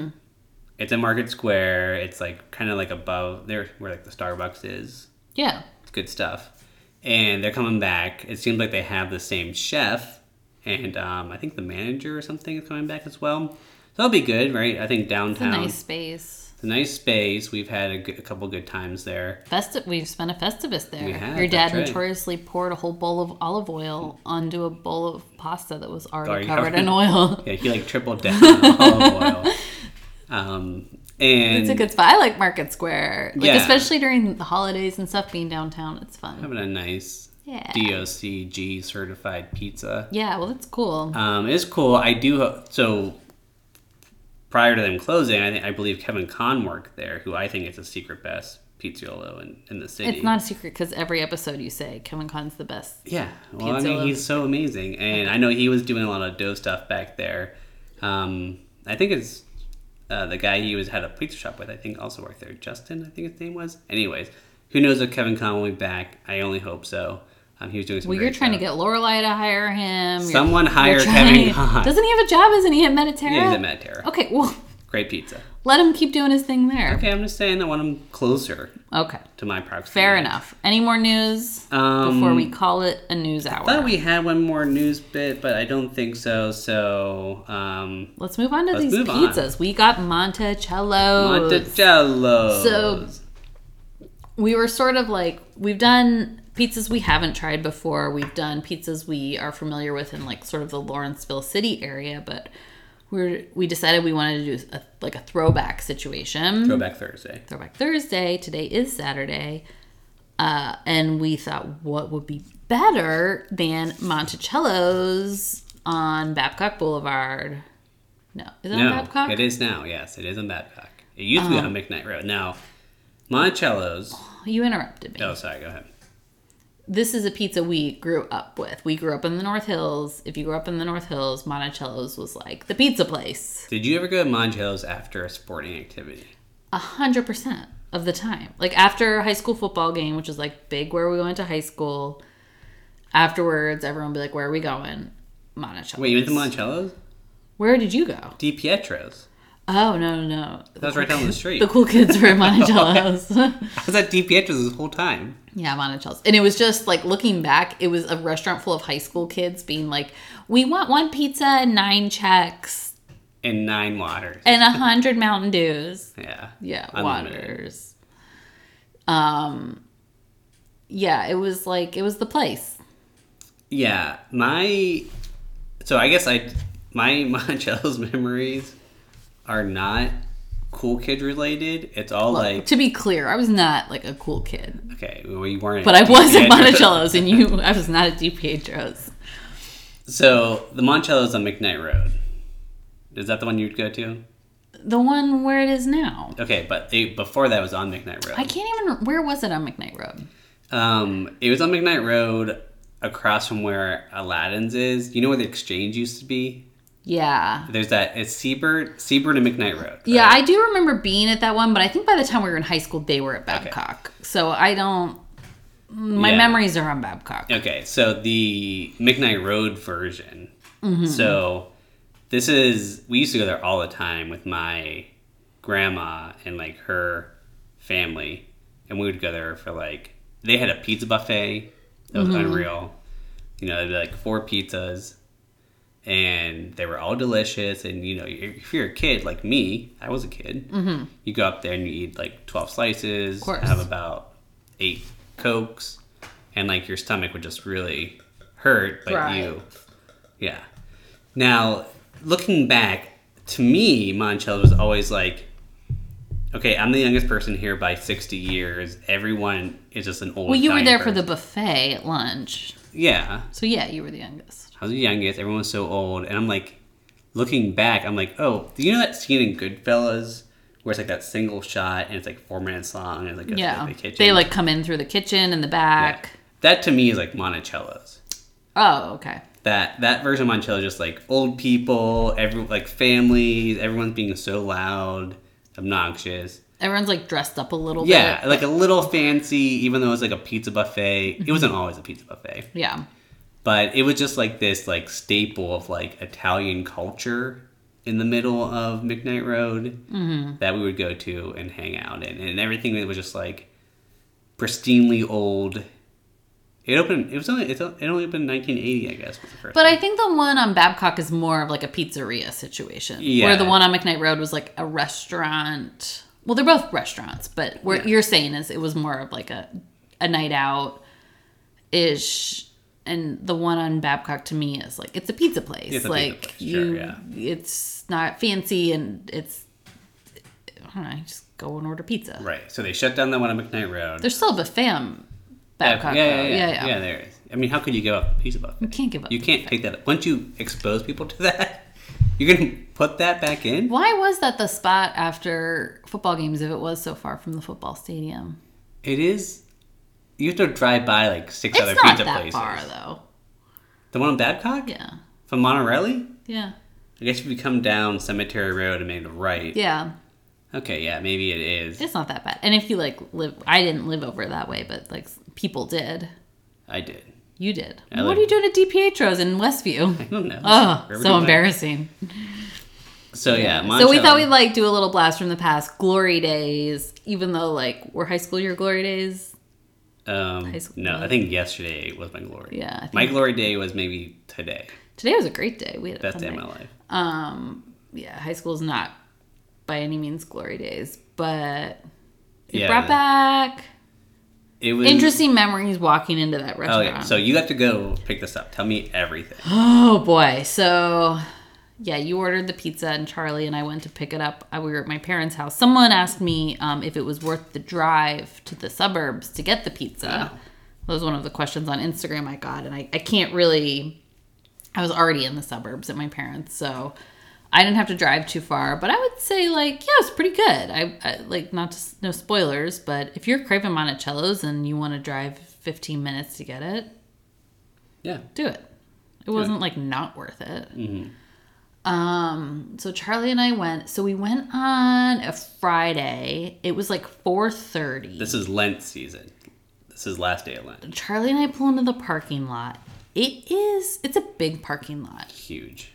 [SPEAKER 2] It's in Market Square. It's like kind of like above there, where like the Starbucks is.
[SPEAKER 3] Yeah.
[SPEAKER 2] It's good stuff. And they're coming back. It seems like they have the same chef, and um, I think the manager or something is coming back as well. So that'll be good, right? I think
[SPEAKER 3] It's a
[SPEAKER 2] downtown.
[SPEAKER 3] nice space.
[SPEAKER 2] It's a nice space. We've had a, good, a couple good times there.
[SPEAKER 3] Festi- we've spent a festivus there.
[SPEAKER 2] We have,
[SPEAKER 3] Your
[SPEAKER 2] that's
[SPEAKER 3] dad
[SPEAKER 2] right.
[SPEAKER 3] notoriously poured a whole bowl of olive oil onto a bowl of pasta that was already
[SPEAKER 2] Already
[SPEAKER 3] covered
[SPEAKER 2] covered. [laughs]
[SPEAKER 3] in oil.
[SPEAKER 2] Yeah, he like tripled down on olive
[SPEAKER 3] [laughs]
[SPEAKER 2] oil. Um, and
[SPEAKER 3] It's a good spot. I like Market Square, like
[SPEAKER 2] Yeah.
[SPEAKER 3] especially during the holidays and stuff. Being downtown, it's fun.
[SPEAKER 2] having a nice
[SPEAKER 3] Yeah.
[SPEAKER 2] DOCG certified pizza.
[SPEAKER 3] Yeah, well, that's cool.
[SPEAKER 2] Um, it's cool. I do ho- so. Prior to them closing, I think I believe Kevin Conn worked there, who I think is a secret best Pizziolo in, in the city.
[SPEAKER 3] It's not a secret because every episode you say Kevin Kahn's the best.
[SPEAKER 2] Yeah, well, I
[SPEAKER 3] Pizzola.
[SPEAKER 2] mean, he's so amazing, and I know he was doing a lot of dough stuff back there. Um, I think it's uh, the guy he was had a pizza shop with. I think also worked there, Justin. I think his name was. Anyways, who knows if Kevin Conn will be back? I only hope so. Um, he was doing. Some
[SPEAKER 3] Well,
[SPEAKER 2] great
[SPEAKER 3] you're trying to
[SPEAKER 2] stuff.
[SPEAKER 3] get Lorelai to hire him. You're-
[SPEAKER 2] Someone
[SPEAKER 3] you're
[SPEAKER 2] hire
[SPEAKER 3] trying-
[SPEAKER 2] Kevin Conn.
[SPEAKER 3] Doesn't he have a job? Isn't he at Mediterra?
[SPEAKER 2] Yeah, he's at Mad Terror.
[SPEAKER 3] Okay, well, [laughs]
[SPEAKER 2] Great pizza.
[SPEAKER 3] let him keep doing his thing there.
[SPEAKER 2] Okay, I'm just saying I want him closer
[SPEAKER 3] Okay,
[SPEAKER 2] to my proximity.
[SPEAKER 3] fair enough. Any more news
[SPEAKER 2] Um,
[SPEAKER 3] before we call it a news hour?
[SPEAKER 2] I thought we had one more news bit, but I don't think so. So, um,
[SPEAKER 3] Let's move on to
[SPEAKER 2] Let's
[SPEAKER 3] these
[SPEAKER 2] move on.
[SPEAKER 3] pizzas. We got Monticello's.
[SPEAKER 2] Monticello.
[SPEAKER 3] So- we were sort of like we've done pizzas we haven't tried before we've done pizzas we are familiar with in like sort of the lawrenceville city area but we're we decided we wanted to do a, like a throwback situation
[SPEAKER 2] Throwback Thursday.
[SPEAKER 3] throwback thursday today is saturday uh, and we thought what would be better than monticello's on babcock boulevard no is it on
[SPEAKER 2] No,
[SPEAKER 3] babcock Uh-huh.
[SPEAKER 2] it is now. Yes, it is on Babcock. It used to be on McKnight Road. Now, Monticello's.
[SPEAKER 3] you interrupted me
[SPEAKER 2] Oh, sorry. Go ahead.
[SPEAKER 3] this is a pizza we grew up with. We grew up in the North Hills. If you grew up in the North Hills, Monticello's was like the pizza place.
[SPEAKER 2] Did you ever go to Monticello's after a sporting activity?
[SPEAKER 3] A hundred percent of the time. Like after a high school football game, which is like big where we went to high school, afterwards everyone would be like, Where are we going? Monticello's.
[SPEAKER 2] Wait, you went to Monticello's?
[SPEAKER 3] Where did you go?
[SPEAKER 2] Di Pietro's.
[SPEAKER 3] Oh no no no.
[SPEAKER 2] That was right down the street.
[SPEAKER 3] The cool
[SPEAKER 2] [laughs]
[SPEAKER 3] kids were at Monticello's. [laughs]
[SPEAKER 2] I was at Di Pietro's this whole time.
[SPEAKER 3] Yeah, Monticello's. And it was just like looking back, it was a restaurant full of high school kids being like, We want one pizza and nine checks.
[SPEAKER 2] In nine waters.
[SPEAKER 3] and a hundred Mountain Dews.
[SPEAKER 2] Yeah.
[SPEAKER 3] Yeah,
[SPEAKER 2] Unlimited.
[SPEAKER 3] waters. Um, yeah, it was like it was the place.
[SPEAKER 2] Yeah, my so I guess I my [laughs] Monticello's memories are not cool kid related. It's all like
[SPEAKER 3] to be clear, I was not like a cool kid,
[SPEAKER 2] okay, well, you weren't,
[SPEAKER 3] but I
[SPEAKER 2] at
[SPEAKER 3] was at
[SPEAKER 2] Pietro's.
[SPEAKER 3] Monticello's, and you, I was not at DiPietro's.
[SPEAKER 2] [laughs] So the Monticello's on McKnight Road. Is that the one you'd go to?
[SPEAKER 3] The one where it is now.
[SPEAKER 2] Okay, but they, before that was on McKnight Road.
[SPEAKER 3] I can't even. Where was it on McKnight Road?
[SPEAKER 2] Um, it was on McKnight Road across from where Aladdin's is. You know where the exchange used to be?
[SPEAKER 3] Yeah.
[SPEAKER 2] There's that it's Seabird, Seabird and McKnight Road.
[SPEAKER 3] Yeah,
[SPEAKER 2] right?
[SPEAKER 3] I do remember being at that one, but I think by the time we were in high school, they were at Babcock. So I don't. My
[SPEAKER 2] Yeah.
[SPEAKER 3] memories are on Babcock.
[SPEAKER 2] Okay, so the McKnight Road version. So this is we used to go there all the time with my grandma and like her family, and we would go there for like they had a pizza buffet that was unreal. You know, it'd be like four pizzas, and they were all delicious. And you know, if you're a kid like me, I was a kid. Mm-hmm. You go up there and you eat like twelve slices.
[SPEAKER 3] course.
[SPEAKER 2] Have about eight cokes, and like your stomach would just really hurt. But
[SPEAKER 3] Right.
[SPEAKER 2] you, yeah. Now looking back, to me, Monticello was always like. Okay, I'm the youngest person here by 60 years. Everyone is just an old.
[SPEAKER 3] Well, you were
[SPEAKER 2] dying
[SPEAKER 3] there for the
[SPEAKER 2] person.
[SPEAKER 3] buffet at lunch.
[SPEAKER 2] yeah.
[SPEAKER 3] So yeah, you were the youngest.
[SPEAKER 2] I was the youngest. Everyone was so old, and I'm like, looking back, I'm like, oh, do you know that scene in Goodfellas where it's like that single shot and it's like four minutes long and it's like goes
[SPEAKER 3] yeah.
[SPEAKER 2] to the kitchen?
[SPEAKER 3] They like come in through the kitchen in the
[SPEAKER 2] Yeah.
[SPEAKER 3] back.
[SPEAKER 2] that to me is like Monticello's.
[SPEAKER 3] Oh, okay.
[SPEAKER 2] That that version of Monticello is just like old people, every like families, everyone's being so loud, obnoxious.
[SPEAKER 3] Everyone's like dressed up a little
[SPEAKER 2] Yeah, uh,
[SPEAKER 3] bit.
[SPEAKER 2] like a little fancy, even though it was like a pizza buffet. It wasn't always a pizza buffet.
[SPEAKER 3] Yeah.
[SPEAKER 2] but it was just like this like staple of like Italian culture in the middle of McKnight Road that we would go to and hang out in, and everything was just like pristinely old. It opened. It was only. It's, it only opened in 1980, I guess, was the first.
[SPEAKER 3] But I think the one on Babcock is more of like a pizzeria situation.
[SPEAKER 2] Yeah.
[SPEAKER 3] Where the one on McKnight Road was like a restaurant. Well, they're both restaurants, but what
[SPEAKER 2] Yeah.
[SPEAKER 3] you're saying is it was more of like a a night out ish. And the one on Babcock to me is like it's a pizza place.
[SPEAKER 2] It's a pizza
[SPEAKER 3] like
[SPEAKER 2] place, sure,
[SPEAKER 3] you,
[SPEAKER 2] yeah.
[SPEAKER 3] it's not fancy and it's I don't know. you Just go and order pizza.
[SPEAKER 2] right. So they shut down that one on McKnight Road.
[SPEAKER 3] There's still a buffet on Babcock.
[SPEAKER 2] yeah,
[SPEAKER 3] though.
[SPEAKER 2] yeah, yeah, yeah, There is. I mean, how could you give up a piece of
[SPEAKER 3] You can't give up.
[SPEAKER 2] You
[SPEAKER 3] the
[SPEAKER 2] can't
[SPEAKER 3] buffet.
[SPEAKER 2] take that. up. Once you expose people to that, [laughs] you're gonna put that back in.
[SPEAKER 3] Why was that the spot after football games if it was so far from the football stadium?
[SPEAKER 2] It is. You have to drive by like six other
[SPEAKER 3] it's not
[SPEAKER 2] pizza
[SPEAKER 3] that
[SPEAKER 2] places.
[SPEAKER 3] far though.
[SPEAKER 2] The one in Babcock?
[SPEAKER 3] Yeah,
[SPEAKER 2] From Monterey?
[SPEAKER 3] yeah,
[SPEAKER 2] I guess if you come down Cemetery Road and make a right.
[SPEAKER 3] yeah.
[SPEAKER 2] Okay, yeah, maybe it is.
[SPEAKER 3] It's not that bad. And if you like live, I didn't live over that way, but like s- people did.
[SPEAKER 2] I did. [laughs]
[SPEAKER 3] You did.
[SPEAKER 2] I
[SPEAKER 3] what
[SPEAKER 2] live-
[SPEAKER 3] are you doing at DiPietro's in
[SPEAKER 2] [laughs]
[SPEAKER 3] Westview?
[SPEAKER 2] I don't know.
[SPEAKER 3] Oh,
[SPEAKER 2] Wherever
[SPEAKER 3] so
[SPEAKER 2] we went.
[SPEAKER 3] embarrassing.
[SPEAKER 2] So yeah,
[SPEAKER 3] So we thought
[SPEAKER 2] Monticello.
[SPEAKER 3] we'd like do a little blast from the past, glory days. Even though like we're high school year glory days.
[SPEAKER 2] Um,
[SPEAKER 3] High school
[SPEAKER 2] no, I
[SPEAKER 3] love.
[SPEAKER 2] think yesterday was my glory.
[SPEAKER 3] Yeah, I think-
[SPEAKER 2] my glory day was maybe today.
[SPEAKER 3] Today was a great day. We had a
[SPEAKER 2] Best
[SPEAKER 3] fun
[SPEAKER 2] day of
[SPEAKER 3] night.
[SPEAKER 2] my life.
[SPEAKER 3] Um, yeah, high school is not by any means glory days, but it
[SPEAKER 2] Yeah.
[SPEAKER 3] brought back
[SPEAKER 2] It was
[SPEAKER 3] interesting memories walking into that
[SPEAKER 2] Oh,
[SPEAKER 3] restaurant.
[SPEAKER 2] yeah. So you have to go pick this up. Tell me everything.
[SPEAKER 3] [gasps] Oh boy. So yeah, you ordered the pizza and Charlie and I went to pick it up. I- We were at my parents' house. Someone asked me um, if it was worth the drive to the suburbs to get the pizza.
[SPEAKER 2] Wow.
[SPEAKER 3] That was one of the questions on Instagram I got, and I, I can't really. I was already in the suburbs at my parents, so I didn't have to drive too far. But I would say, like, yeah, it's pretty good. I, I like not to, s- no spoilers, but if you're craving Monticello's and you want to drive 15 minutes to get it,
[SPEAKER 2] Yeah.
[SPEAKER 3] do it. It wasn't like not worth it.
[SPEAKER 2] Mm-hmm.
[SPEAKER 3] Um, so Charlie and I went. So we went on a Friday. It was like four thirty.
[SPEAKER 2] This is Lent season. This is last day of Lent.
[SPEAKER 3] Charlie and I pull into the parking lot. It is. It's a big parking lot.
[SPEAKER 2] Huge.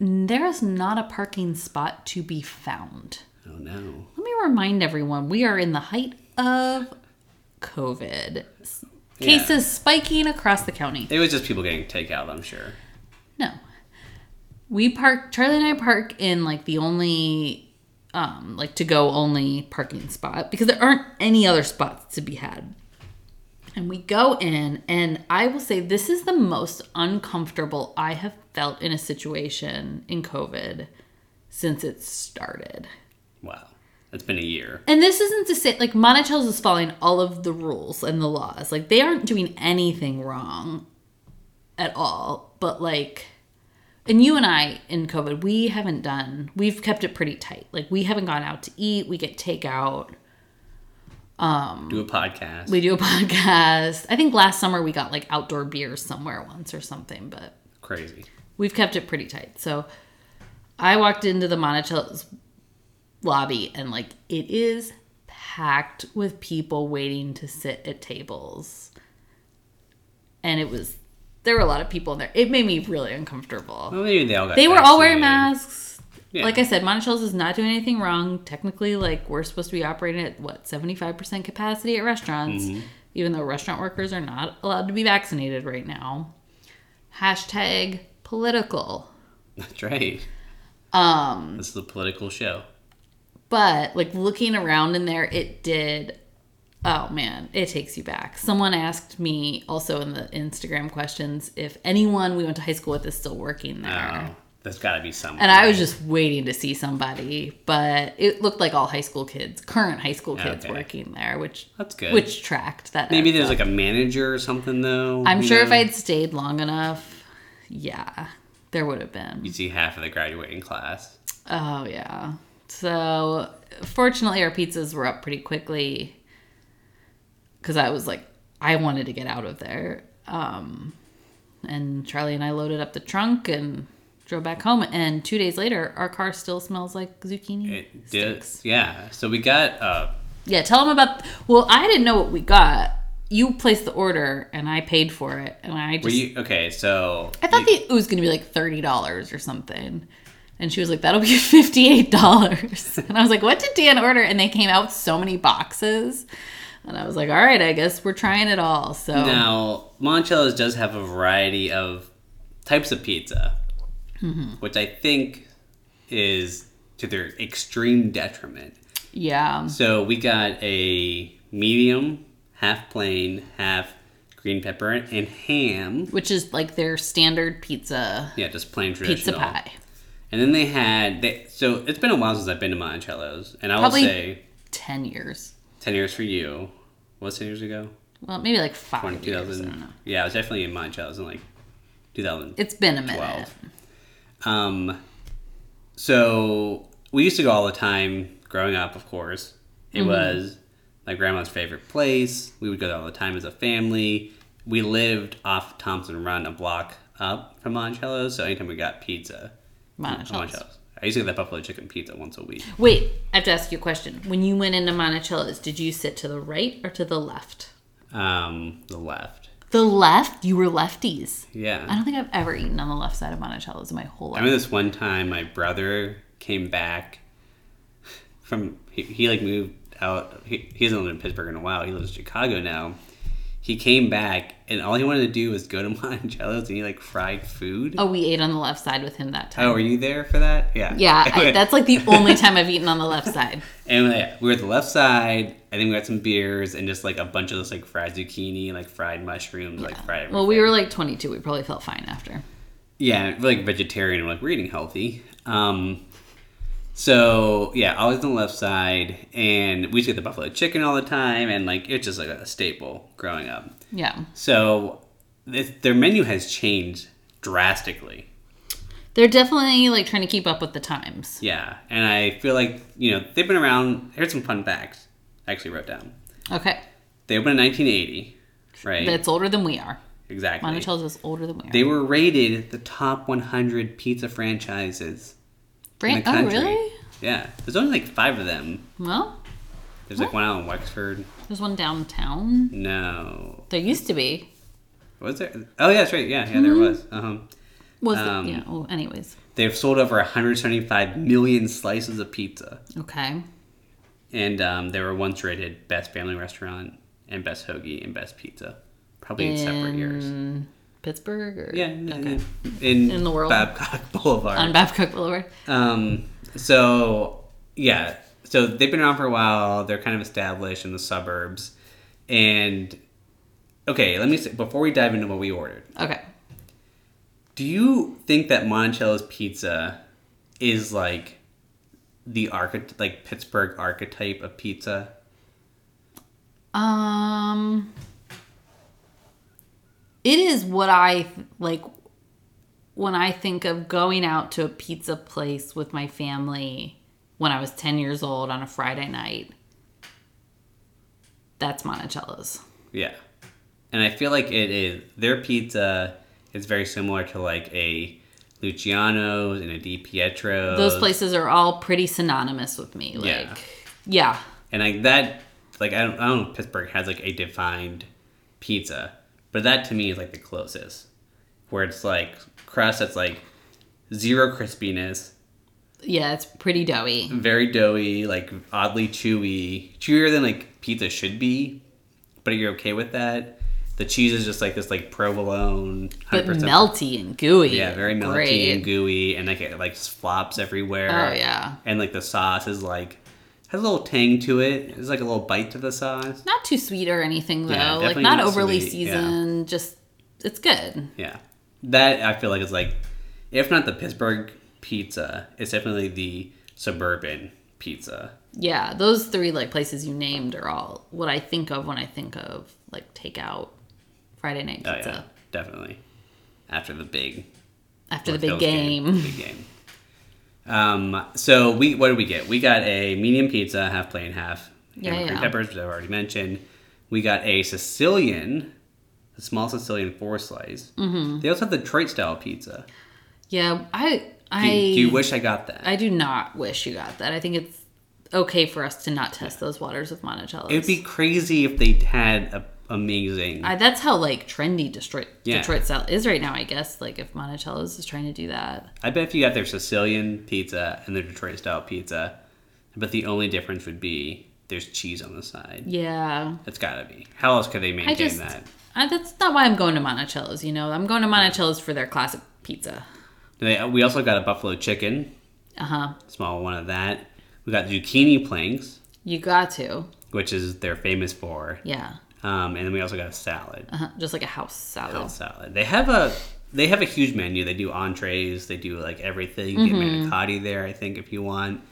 [SPEAKER 3] There is not a parking spot to be found.
[SPEAKER 2] Oh no.
[SPEAKER 3] Let me remind everyone: we are in the height of COVID. S-
[SPEAKER 2] Yeah.
[SPEAKER 3] Cases spiking across the county.
[SPEAKER 2] It was just people getting takeout, I'm sure.
[SPEAKER 3] No. We park Charlie and I park in like the only um like to go only parking spot because there aren't any other spots to be had. And we go in and I will say this is the most uncomfortable I have felt in a situation in COVID since it started.
[SPEAKER 2] Wow. It's been a year.
[SPEAKER 3] And this isn't to say like Monticello's is following all of the rules and the laws. Like they aren't doing anything wrong at all. But like and you and I in COVID, we haven't done we've kept it pretty tight. Like we haven't gone out to eat, we get takeout,
[SPEAKER 2] Do a podcast.
[SPEAKER 3] we do a [laughs] podcast. I think last summer we got like outdoor beers somewhere once or something, but
[SPEAKER 2] Crazy.
[SPEAKER 3] we've kept it pretty tight. So I walked into the Monticello's lobby and like it is packed with people waiting to sit at tables. And it was there were a lot of people in there. It made me really uncomfortable.
[SPEAKER 2] Well, maybe they all got
[SPEAKER 3] They were all wearing
[SPEAKER 2] vaccinated.
[SPEAKER 3] masks.
[SPEAKER 2] Yeah.
[SPEAKER 3] Like I said, Monticello's is not doing anything wrong. Technically, like we're supposed to be operating at what, 75% capacity at restaurants,
[SPEAKER 2] Mm-hmm.
[SPEAKER 3] even though restaurant workers are not allowed to be vaccinated right now. Hashtag political.
[SPEAKER 2] [laughs] That's right. Um, this is a political show.
[SPEAKER 3] But like looking around in there, it did. Oh man, it takes you back. Someone asked me also in the Instagram questions if anyone we went to high school with is still working there.
[SPEAKER 2] Oh, there's got to be someone.
[SPEAKER 3] And I was
[SPEAKER 2] right?
[SPEAKER 3] just waiting to see somebody, but it looked like all high school kids, current high school kids
[SPEAKER 2] Okay.
[SPEAKER 3] working there, which
[SPEAKER 2] That's good.
[SPEAKER 3] which tracked that.
[SPEAKER 2] maybe
[SPEAKER 3] adds
[SPEAKER 2] there's
[SPEAKER 3] up.
[SPEAKER 2] like a manager or something though.
[SPEAKER 3] I'm
[SPEAKER 2] you
[SPEAKER 3] sure if
[SPEAKER 2] know?
[SPEAKER 3] I had stayed long enough, yeah, there would have been.
[SPEAKER 2] you see half of the graduating class.
[SPEAKER 3] Oh yeah. So fortunately, our pizzas were up pretty quickly because I was like, I wanted to get out of there. Um, and Charlie and I loaded up the trunk and drove back home. And two days later, our car still smells like zucchini.
[SPEAKER 2] It did.
[SPEAKER 3] sticks.
[SPEAKER 2] Yeah. So we got uh
[SPEAKER 3] Yeah, tell them about. Well, I didn't know what we got. You placed the order, and I paid for it, and I
[SPEAKER 2] were
[SPEAKER 3] just
[SPEAKER 2] you okay, so
[SPEAKER 3] I thought
[SPEAKER 2] you,
[SPEAKER 3] the, it was going to be like thirty dollars or something, and she was like, "That'll be [laughs] fifty eight dollars." [laughs] And I was like, "What did Dan order?" And they came out with so many boxes, and I was like, "All right, I guess we're trying it all." So
[SPEAKER 2] now Monticello's does have a variety of types of pizza.
[SPEAKER 3] Mm-hmm.
[SPEAKER 2] Which I think is to their extreme detriment.
[SPEAKER 3] yeah,
[SPEAKER 2] So we got a medium, half plain, half green pepper and ham.
[SPEAKER 3] which is like their standard pizza
[SPEAKER 2] Yeah, just plain
[SPEAKER 3] pizza
[SPEAKER 2] traditional.
[SPEAKER 3] pie.
[SPEAKER 2] And then they had they, so it's been a while since I've been to Monticello's, and I will
[SPEAKER 3] Probably-
[SPEAKER 2] say
[SPEAKER 3] Ten years,
[SPEAKER 2] ten years for you. What's ten years ago?
[SPEAKER 3] well, maybe like five
[SPEAKER 2] Twenty two
[SPEAKER 3] years. I don't
[SPEAKER 2] thousand.
[SPEAKER 3] know.
[SPEAKER 2] Yeah, I was definitely in Monticello's in like two thousand.
[SPEAKER 3] It's been a minute.
[SPEAKER 2] 12. Um,
[SPEAKER 3] Mm-hmm.
[SPEAKER 2] so we used to go all the time growing up. Of course, it was my grandma's favorite place. We would go there all the time as a family. We lived off Thompson Run, a block up from Monticello's, so anytime we got pizza,
[SPEAKER 3] Monticello's.
[SPEAKER 2] Monticello's. I used to get that buffalo chicken pizza once a week.
[SPEAKER 3] Wait, I have to ask you a question. When you went into Monticello's, did you sit to the right or to the left?
[SPEAKER 2] Um, the left,
[SPEAKER 3] The left? You were lefties.
[SPEAKER 2] yeah.
[SPEAKER 3] I don't think I've ever eaten on the left side of Monticello's in my whole
[SPEAKER 2] I
[SPEAKER 3] life.
[SPEAKER 2] remember this one time my brother came back from he, he like moved out. He, he hasn't lived in Pittsburgh in a while. He lives in Chicago now. He came back and all he wanted to do was go to [laughs] Monticello's and he like fried food. Oh,
[SPEAKER 3] Oh, we ate on the left side with him that time.
[SPEAKER 2] were you there for that? Yeah.
[SPEAKER 3] Yeah,
[SPEAKER 2] [laughs]
[SPEAKER 3] I, that's like the only time I've eaten on the left side.
[SPEAKER 2] And uh, we were at the left side. I think we had some beers and just like a bunch of those like fried zucchini, like fried mushrooms, like fried. Everything.
[SPEAKER 3] Well, we were like 22. We probably felt fine after.
[SPEAKER 2] yeah, we're, like vegetarian, we're, like we're eating healthy. Um, so yeah, always on the left side, and we used to get the buffalo chicken all the time, and like it's just like a staple growing up.
[SPEAKER 3] Yeah.
[SPEAKER 2] So this, their menu has changed drastically.
[SPEAKER 3] They're definitely like trying to keep up with the times.
[SPEAKER 2] Yeah, and I feel like you know they've been around. Here's some fun facts. I actually wrote down.
[SPEAKER 3] Okay.
[SPEAKER 2] They opened in 1980, right?
[SPEAKER 3] That's older than we are.
[SPEAKER 2] exactly.
[SPEAKER 3] Monticello's is older than we are.
[SPEAKER 2] They were rated the top 100 pizza franchises in
[SPEAKER 3] Bran-
[SPEAKER 2] the
[SPEAKER 3] oh,
[SPEAKER 2] country.
[SPEAKER 3] really?
[SPEAKER 2] Yeah, there's only like five of them.
[SPEAKER 3] Well,
[SPEAKER 2] There's like one out in Wexford.
[SPEAKER 3] there's one downtown.
[SPEAKER 2] No,
[SPEAKER 3] There used to be.
[SPEAKER 2] was there? Oh yeah, that's right. Yeah, yeah,
[SPEAKER 3] Mm-hmm.
[SPEAKER 2] there was. Uh-huh.
[SPEAKER 3] Was
[SPEAKER 2] Um,
[SPEAKER 3] it? Yeah. Oh, anyways.
[SPEAKER 2] They've sold over 175 million slices of pizza,
[SPEAKER 3] Okay.
[SPEAKER 2] and um, they were once rated best family restaurant and best hoagie and best pizza, probably in, separate years.
[SPEAKER 3] In Pittsburgh or
[SPEAKER 2] Yeah,
[SPEAKER 3] okay.
[SPEAKER 2] in,
[SPEAKER 3] In the world.
[SPEAKER 2] Babcock [laughs] Boulevard.
[SPEAKER 3] on Babcock Boulevard.
[SPEAKER 2] Um, so yeah, so they've been around for a while. They're kind of established in the suburbs, and okay, let me say, before we dive into what we ordered.
[SPEAKER 3] Okay.
[SPEAKER 2] Do you think that Monticello's pizza is like the archety- like Pittsburgh archetype of pizza?
[SPEAKER 3] Um, it is what I like when I think of going out to a pizza place with my family when I was 10 years old on a Friday night. That's Monticello's.
[SPEAKER 2] Yeah. And I feel like it is their pizza is very similar to like a Luciano's and a Di Pietro.
[SPEAKER 3] Those places are all pretty synonymous with me. Like,
[SPEAKER 2] Uh, Yeah.
[SPEAKER 3] yeah.
[SPEAKER 2] and like that like I don't, I don't know if pittsburgh has like a defined pizza but that to me is like the closest where it's like crust that's like zero crispiness
[SPEAKER 3] Yeah, it's pretty doughy.
[SPEAKER 2] very doughy like oddly chewy chewier than like pizza should be but you're okay with that the cheese is just like this like provolone 100%
[SPEAKER 3] But melty and gooey.
[SPEAKER 2] yeah very melty
[SPEAKER 3] Great.
[SPEAKER 2] and gooey and like it like flops everywhere
[SPEAKER 3] Oh, yeah.
[SPEAKER 2] and like the sauce is like has a little tang to it there's like a little bite to the sauce
[SPEAKER 3] Not too sweet or anything, though.
[SPEAKER 2] Yeah,
[SPEAKER 3] like,
[SPEAKER 2] definitely
[SPEAKER 3] not
[SPEAKER 2] not
[SPEAKER 3] overly
[SPEAKER 2] sweet, yeah.
[SPEAKER 3] seasoned. Just, it's good.
[SPEAKER 2] Yeah. That I feel like is like if not the Pittsburgh pizza, it's definitely the suburban pizza.
[SPEAKER 3] Yeah, those three like places you named are all what I think of when I think of like takeout Friday night
[SPEAKER 2] Oh
[SPEAKER 3] pizza
[SPEAKER 2] yeah. Definitely. After the big
[SPEAKER 3] after the big
[SPEAKER 2] Phil's
[SPEAKER 3] game. [laughs]
[SPEAKER 2] Big game. Um so we what did we get? We got a medium pizza, half plain, half
[SPEAKER 3] Yeah,
[SPEAKER 2] hamburger and
[SPEAKER 3] yeah.
[SPEAKER 2] peppers, which I've already mentioned. We got a Sicilian, a small Sicilian four slice. Mm-hmm. They also have the Detroit style pizza.
[SPEAKER 3] Yeah, I I
[SPEAKER 2] Do you, do you wish I got that?
[SPEAKER 3] I do not wish you got that. I think it's okay for us to not test those waters of Monticello's.
[SPEAKER 2] It'd be crazy if they had a, amazing
[SPEAKER 3] I, that's how like trendy Detroit
[SPEAKER 2] Yeah.
[SPEAKER 3] Detroit style is right now. I guess like if Monticello's is trying to do that,
[SPEAKER 2] I bet if you got their Sicilian pizza and their Detroit style pizza, I bet the only difference would be there's cheese on the side.
[SPEAKER 3] yeah.
[SPEAKER 2] That's gotta be. How else could they
[SPEAKER 3] I
[SPEAKER 2] maintain
[SPEAKER 3] just
[SPEAKER 2] that?
[SPEAKER 3] I, that's not why I'm going to Monticello's. You know, I'm going to Monticello's for their classic pizza.
[SPEAKER 2] They, we also got a buffalo chicken,
[SPEAKER 3] Uh huh.
[SPEAKER 2] small one of that. We got zucchini planks,
[SPEAKER 3] You got to,
[SPEAKER 2] which is they're famous for,
[SPEAKER 3] yeah.
[SPEAKER 2] um, and then we also got a salad.
[SPEAKER 3] Uh-huh. Just like a house salad.
[SPEAKER 2] Hot salad. They have a they have a huge menu. They do entrees. They do like everything. You Get manicotti there, I think, if you want.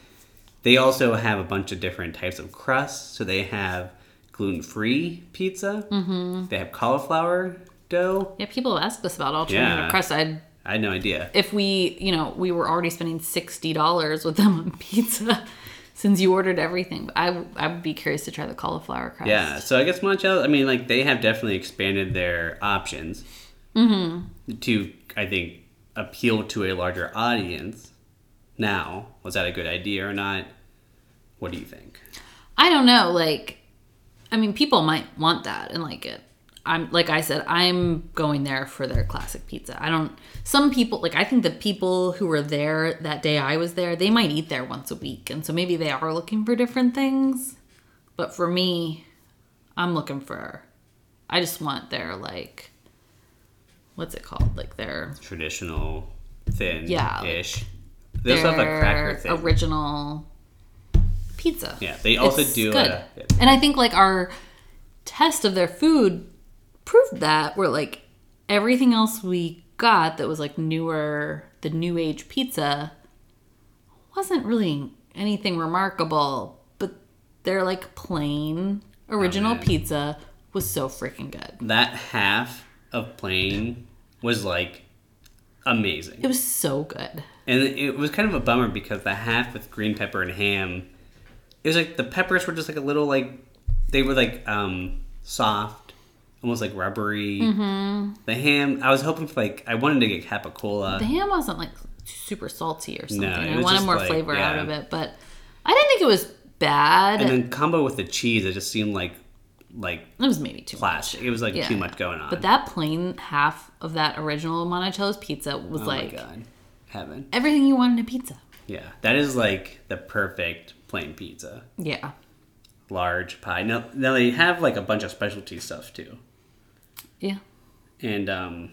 [SPEAKER 2] They also have a bunch of different types of crusts. So they have gluten free pizza. Mm-hmm. They have cauliflower dough.
[SPEAKER 3] Yeah, people have asked us about alternative
[SPEAKER 2] Yeah.
[SPEAKER 3] crust. I'd,
[SPEAKER 2] I had no idea.
[SPEAKER 3] if we, you know, we were already spending sixty dollars with them on [laughs] pizza, Since you ordered everything, I I would be curious to try the cauliflower crust.
[SPEAKER 2] Yeah, so I guess Monchel. I mean, like they have definitely expanded their options
[SPEAKER 3] Mm-hmm.
[SPEAKER 2] to, I think, appeal to a larger audience. Now, was that a good idea or not? What do you think?
[SPEAKER 3] I don't know. Like, I mean, people might want that and like it. I'm like I said, I'm going there for their classic pizza. I don't. Some people like I think the people who were there that day I was there, they might eat there once a week, and so maybe they are looking for different things. But for me, I'm looking for. I just want their like. What's it called? Like their
[SPEAKER 2] Traditional, thin,
[SPEAKER 3] Yeah, like,
[SPEAKER 2] ish. they also have a cracker
[SPEAKER 3] their
[SPEAKER 2] thing.
[SPEAKER 3] original pizza.
[SPEAKER 2] yeah, they also
[SPEAKER 3] It's
[SPEAKER 2] do.
[SPEAKER 3] good.
[SPEAKER 2] A,
[SPEAKER 3] and I think like our test of their food proved that where like everything else we got that was like newer, the new age pizza wasn't really anything remarkable, but their like plain original
[SPEAKER 2] Oh, man.
[SPEAKER 3] pizza was so freaking good.
[SPEAKER 2] that half of plain was like amazing.
[SPEAKER 3] It was so good.
[SPEAKER 2] And it was kind of a bummer because the half with green pepper and ham, it was like the peppers were just like a little like they were like um soft, almost like rubbery. The ham, I was hoping for like I wanted to get capicola.
[SPEAKER 3] Mm-hmm. The ham wasn't like super salty or something.
[SPEAKER 2] it
[SPEAKER 3] I
[SPEAKER 2] was
[SPEAKER 3] wanted
[SPEAKER 2] just,
[SPEAKER 3] more
[SPEAKER 2] like,
[SPEAKER 3] flavor out
[SPEAKER 2] yeah.
[SPEAKER 3] of it, but I didn't think it was bad.
[SPEAKER 2] and then combo with the cheese, it just seemed like like
[SPEAKER 3] it was maybe too much.
[SPEAKER 2] plastic. It was like
[SPEAKER 3] Yeah.
[SPEAKER 2] too much going on.
[SPEAKER 3] But that plain half of that original Monticello's pizza was
[SPEAKER 2] oh
[SPEAKER 3] like
[SPEAKER 2] my god, heaven!
[SPEAKER 3] everything you want in a pizza.
[SPEAKER 2] Yeah, that is like the perfect plain pizza,
[SPEAKER 3] Yeah.
[SPEAKER 2] large pie. Now, now they have like a bunch of specialty stuff too.
[SPEAKER 3] Yeah.
[SPEAKER 2] and um,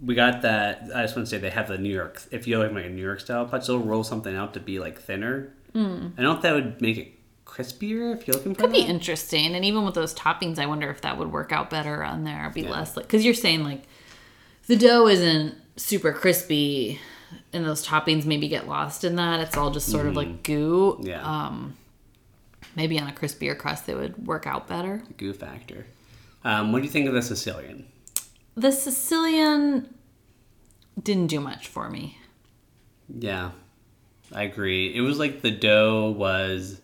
[SPEAKER 2] we got that. I just want to say they have the New York. If you like make a New York style punch, they'll roll something out to be like thinner. Mm. I don't know if that would make it crispier if you're looking for
[SPEAKER 3] Hmm. Could be
[SPEAKER 2] that.
[SPEAKER 3] interesting. And even with those toppings, I wonder if that would work out better on there. Be less like, because you're saying like the dough isn't super crispy and those toppings maybe get lost in that. It's all just sort of like goo.
[SPEAKER 2] Mm-hmm.
[SPEAKER 3] Uh,
[SPEAKER 2] Yeah,
[SPEAKER 3] um, Maybe on a crispier crust, they would work out better.
[SPEAKER 2] goo factor. Um, what do you think of the Sicilian?
[SPEAKER 3] The Sicilian didn't do much for me.
[SPEAKER 2] Yeah, I agree. It was like the dough was.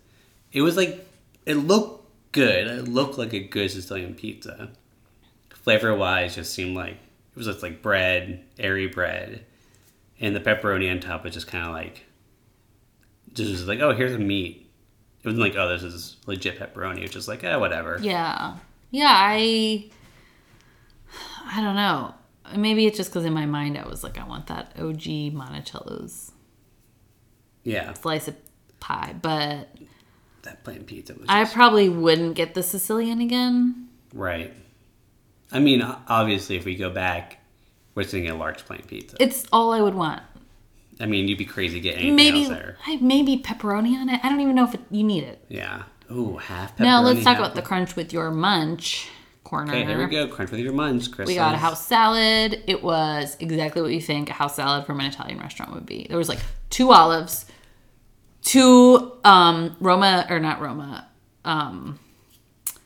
[SPEAKER 2] It was like it looked good. It looked like a good Sicilian pizza. Flavor wise, just seemed like it was just like bread, airy bread, and the pepperoni on top was just kind of like, just was like oh here's a meat. It wasn't like oh this is legit pepperoni. It was just like eh, whatever.
[SPEAKER 3] Yeah. Yeah, I I don't know. Maybe it's just cuz in my mind I was like I want that OG Monticello's
[SPEAKER 2] Yeah,
[SPEAKER 3] slice of pie, but
[SPEAKER 2] that plain pizza was
[SPEAKER 3] I
[SPEAKER 2] just-
[SPEAKER 3] probably wouldn't get the Sicilian again.
[SPEAKER 2] right. I mean, o- obviously, if we go back, we're seeing a large plain pizza.
[SPEAKER 3] It's all I would want.
[SPEAKER 2] I mean, you'd be crazy to get anything
[SPEAKER 3] Maybe
[SPEAKER 2] else there.
[SPEAKER 3] I maybe pepperoni on it. I don't even know if it, you need it.
[SPEAKER 2] Yeah. Ooh, half pepperoni.
[SPEAKER 3] Now let's talk
[SPEAKER 2] half-
[SPEAKER 3] about the crunch with your munch corner.
[SPEAKER 2] Okay, here we go. Crunch with your munch, Chris.
[SPEAKER 3] We got a house salad. It was exactly what you think a house salad from an Italian restaurant would be. There was like two olives, two um, Roma or not Roma, um,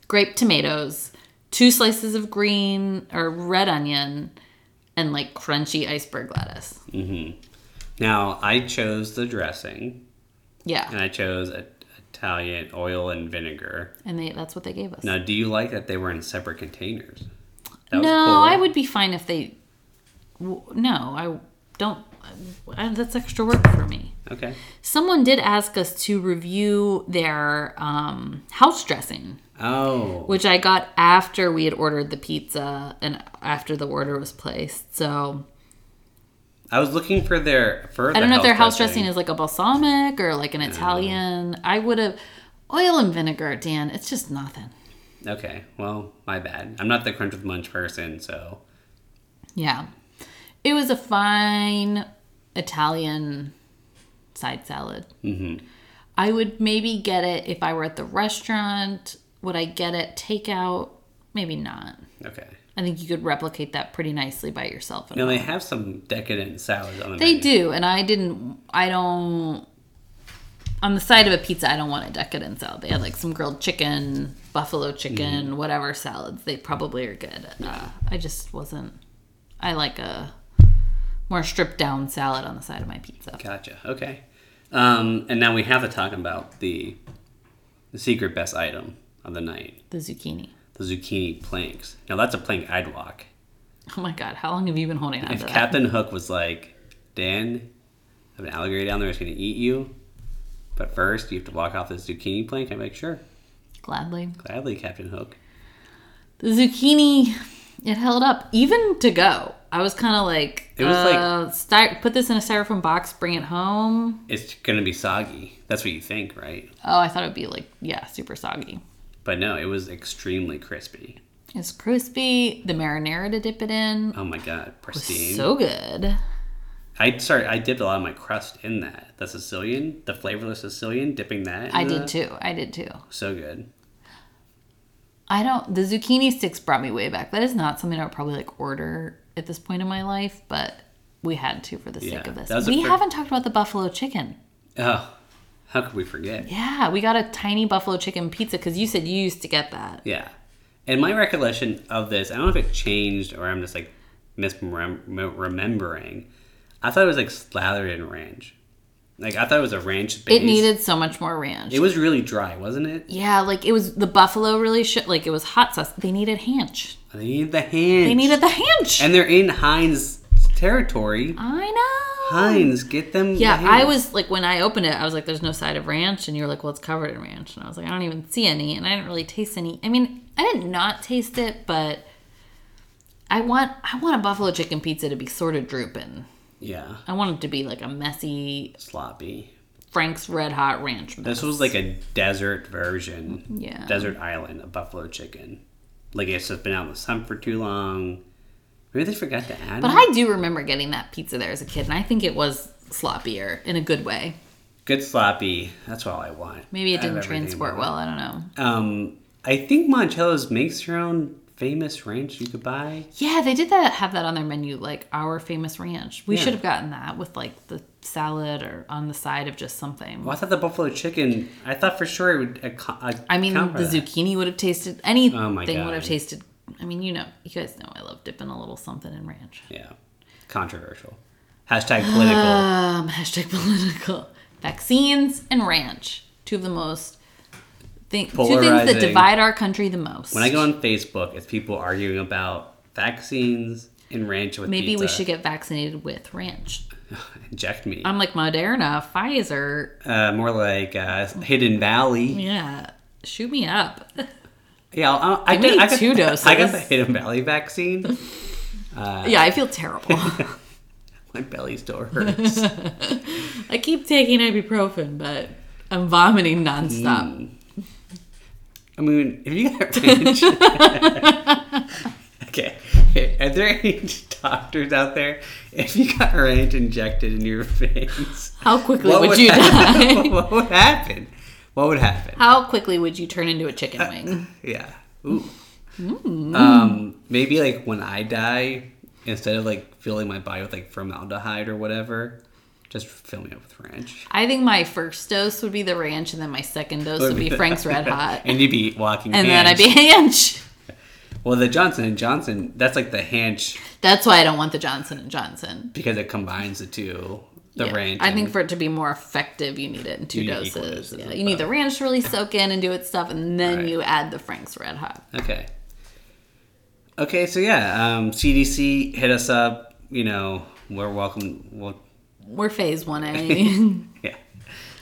[SPEAKER 3] grape tomatoes, two slices of green or red onion, and like crunchy iceberg lettuce.
[SPEAKER 2] Now I chose the dressing, and
[SPEAKER 3] Yeah,
[SPEAKER 2] I chose a, Italian oil and vinegar.
[SPEAKER 3] and they, that's what they gave us.
[SPEAKER 2] Now, do you like that they were in separate containers? That
[SPEAKER 3] No,
[SPEAKER 2] was cool.
[SPEAKER 3] I would be fine if they. w- No, I don't. I, that's extra work for me.
[SPEAKER 2] Okay.
[SPEAKER 3] Someone did ask us to review their um, house dressing,
[SPEAKER 2] Oh,
[SPEAKER 3] which I got after we had ordered the pizza and after the order was placed. So
[SPEAKER 2] I was looking for their for.
[SPEAKER 3] I don't know if their house dressing. is like a balsamic or like an Italian. I would have oil and vinegar, Dan. It's just nothing.
[SPEAKER 2] Okay, well, my bad. I'm not the crunch with munch person, so
[SPEAKER 3] Yeah. It was a fine Italian side salad. Mm-hmm. I would maybe get it if I were at the restaurant. Would I get it takeout? Maybe not.
[SPEAKER 2] okay.
[SPEAKER 3] I think you could replicate that pretty nicely by yourself. at
[SPEAKER 2] Now
[SPEAKER 3] home.
[SPEAKER 2] they have some decadent salads on the
[SPEAKER 3] they
[SPEAKER 2] menu.
[SPEAKER 3] do, and I didn't. I don't. On the side of a pizza, I don't want a decadent salad. They had like some grilled chicken, buffalo chicken,
[SPEAKER 2] Mm-hmm.
[SPEAKER 3] whatever salads. They probably are good. Uh, I just wasn't. I like a more stripped down salad on the side of my pizza.
[SPEAKER 2] Gotcha. Okay. Um, and now we have to talk about the, the secret best item of the night
[SPEAKER 3] The zucchini.
[SPEAKER 2] the zucchini planks. Now, that's a plank I'd walk.
[SPEAKER 3] Oh my god, how long have you been holding on to
[SPEAKER 2] If
[SPEAKER 3] that?
[SPEAKER 2] Captain Hook was like, Dan, I have an alligator down there that's going to eat you, but first you have to walk off this zucchini plank, I'm like, sure,
[SPEAKER 3] Gladly.
[SPEAKER 2] gladly, Captain Hook.
[SPEAKER 3] The zucchini, it held up even to go. I was kind of like,
[SPEAKER 2] It was like-
[SPEAKER 3] uh, sty- put this in a styrofoam box, bring it home.
[SPEAKER 2] It's going to be soggy. That's what you think, right?
[SPEAKER 3] Oh, I thought it'd be like, yeah, super soggy.
[SPEAKER 2] But no, it was extremely crispy.
[SPEAKER 3] It's crispy. The marinara to dip it in.
[SPEAKER 2] Oh my god, pristine.
[SPEAKER 3] So good.
[SPEAKER 2] I sorry, I dipped a lot of my crust in that. The Sicilian, the flavorless Sicilian, dipping that.
[SPEAKER 3] I
[SPEAKER 2] into
[SPEAKER 3] did
[SPEAKER 2] that,
[SPEAKER 3] too. I did too.
[SPEAKER 2] So good.
[SPEAKER 3] I don't. The zucchini sticks brought me way back. That is not something I would probably like order at this point in my life, but we had to for the sake
[SPEAKER 2] Yeah,
[SPEAKER 3] of
[SPEAKER 2] that was
[SPEAKER 3] this.
[SPEAKER 2] a
[SPEAKER 3] We
[SPEAKER 2] fir-
[SPEAKER 3] haven't talked about the buffalo chicken.
[SPEAKER 2] Oh, how could we forget?
[SPEAKER 3] Yeah, we got a tiny buffalo chicken pizza because you said you used to get that.
[SPEAKER 2] Yeah. And my recollection of this, I don't know if it changed or I'm just like misremembering. I thought it was like slathered in ranch. Like I thought it was a ranch base.
[SPEAKER 3] It needed so much more ranch.
[SPEAKER 2] It was really dry, wasn't it?
[SPEAKER 3] yeah, like it was the buffalo really shit. Like it was hot sauce. They needed hanch.
[SPEAKER 2] They needed the hand.
[SPEAKER 3] They needed the hanch.
[SPEAKER 2] And they're in Heinz territory.
[SPEAKER 3] I know.
[SPEAKER 2] Heinz, get them. the
[SPEAKER 3] Oh. Yeah, I
[SPEAKER 2] Heinz.
[SPEAKER 3] was like when I opened it, I was like, "There's no side of ranch," and you were like, "Well, it's covered in ranch," and I was like, "I don't even see any," and I didn't really taste any. I mean, I didn't not taste it, but I want I want a buffalo chicken pizza to be sort of drooping.
[SPEAKER 2] Yeah,
[SPEAKER 3] I want it to be like a messy
[SPEAKER 2] sloppy.
[SPEAKER 3] Frank's Red Hot Ranch. Mess.
[SPEAKER 2] This was like a desert version.
[SPEAKER 3] Yeah.
[SPEAKER 2] Desert island of buffalo chicken. Like it's just been out in the sun for too long. Maybe they forgot to add.
[SPEAKER 3] But
[SPEAKER 2] it.
[SPEAKER 3] I do remember getting that pizza there as a kid, and I think it was sloppier in a good way.
[SPEAKER 2] Good sloppy. That's all I want.
[SPEAKER 3] Maybe
[SPEAKER 2] I have
[SPEAKER 3] it didn't
[SPEAKER 2] everything
[SPEAKER 3] transport
[SPEAKER 2] I
[SPEAKER 3] well.
[SPEAKER 2] want.
[SPEAKER 3] I don't know.
[SPEAKER 2] Um, I think Montello's makes your own famous ranch you could buy.
[SPEAKER 3] Yeah, they did that. Have that on their menu, like our famous ranch. We
[SPEAKER 2] Yeah.
[SPEAKER 3] should have gotten that with like the salad or on the side of just something.
[SPEAKER 2] Well, I thought the buffalo chicken. I thought for sure it would. uh, Ac- ac-
[SPEAKER 3] I mean,
[SPEAKER 2] account for
[SPEAKER 3] the
[SPEAKER 2] that.
[SPEAKER 3] zucchini would have tasted anything
[SPEAKER 2] Oh my
[SPEAKER 3] would have
[SPEAKER 2] God.
[SPEAKER 3] tasted. I mean, you know, you guys know I love dipping a little something in ranch.
[SPEAKER 2] Yeah, controversial. Hashtag political.
[SPEAKER 3] Um, [laughs] hashtag political vaccines and ranch, two of the most thing, two things
[SPEAKER 2] Polarizing.
[SPEAKER 3] that divide our country the most.
[SPEAKER 2] when I go on Facebook, it's people arguing about vaccines and ranch with
[SPEAKER 3] maybe we
[SPEAKER 2] pizza.
[SPEAKER 3] should get vaccinated with ranch.
[SPEAKER 2] [laughs] inject me.
[SPEAKER 3] I'm like Moderna, Pfizer.
[SPEAKER 2] Uh, more like uh, Hidden Valley.
[SPEAKER 3] Yeah, shoot me up.
[SPEAKER 2] Yeah, I'll- I, I,
[SPEAKER 3] Give
[SPEAKER 2] did, [laughs]
[SPEAKER 3] me
[SPEAKER 2] I got-
[SPEAKER 3] two doses.
[SPEAKER 2] I got the Hidden Valley
[SPEAKER 3] [laughs]
[SPEAKER 2] vaccine.
[SPEAKER 3] yeah, I feel terrible.
[SPEAKER 2] My belly still hurts.
[SPEAKER 3] [laughs] I keep taking ibuprofen, but I'm vomiting nonstop.
[SPEAKER 2] I mean, if you got range. [laughs] okay. Are there any [laughs] doctors out there? If you got range injected in your [laughs] veins,
[SPEAKER 3] How quickly would,
[SPEAKER 2] would [laughs]
[SPEAKER 3] you
[SPEAKER 2] happen?
[SPEAKER 3] die? [laughs]
[SPEAKER 2] what would happen? What would happen?
[SPEAKER 3] How quickly would you turn into a chicken wing?
[SPEAKER 2] [laughs] Yeah. Ooh.
[SPEAKER 3] Mm.
[SPEAKER 2] Um, maybe like when I die, instead of like filling my body with like formaldehyde or whatever, just fill me up with ranch.
[SPEAKER 3] I think my first dose would be the ranch, and then my second dose
[SPEAKER 2] [laughs]
[SPEAKER 3] would be Frank's Red Hot, and
[SPEAKER 2] and you'd be walking.
[SPEAKER 3] then
[SPEAKER 2] hands.
[SPEAKER 3] I'd be Hanch.
[SPEAKER 2] [laughs] Well, the Johnson and Johnson. That's like the hanch
[SPEAKER 3] That's why I don't want the Johnson and Johnson.
[SPEAKER 2] because it combines the two. The
[SPEAKER 3] Yeah.
[SPEAKER 2] ranch.
[SPEAKER 3] I think
[SPEAKER 2] and-
[SPEAKER 3] for it to be more effective, you need it in two
[SPEAKER 2] You need
[SPEAKER 3] doses.
[SPEAKER 2] equal doses
[SPEAKER 3] Yeah,
[SPEAKER 2] of
[SPEAKER 3] you need the
[SPEAKER 2] both.
[SPEAKER 3] ranch to really soak in and do its stuff, and then
[SPEAKER 2] Right.
[SPEAKER 3] you add the Frank's Red Hot.
[SPEAKER 2] Okay. Okay, so yeah, um, CDC hit us up. You know, we're welcome. We'll,
[SPEAKER 3] We're phase one
[SPEAKER 2] [laughs]
[SPEAKER 3] eh? A.
[SPEAKER 2] yeah,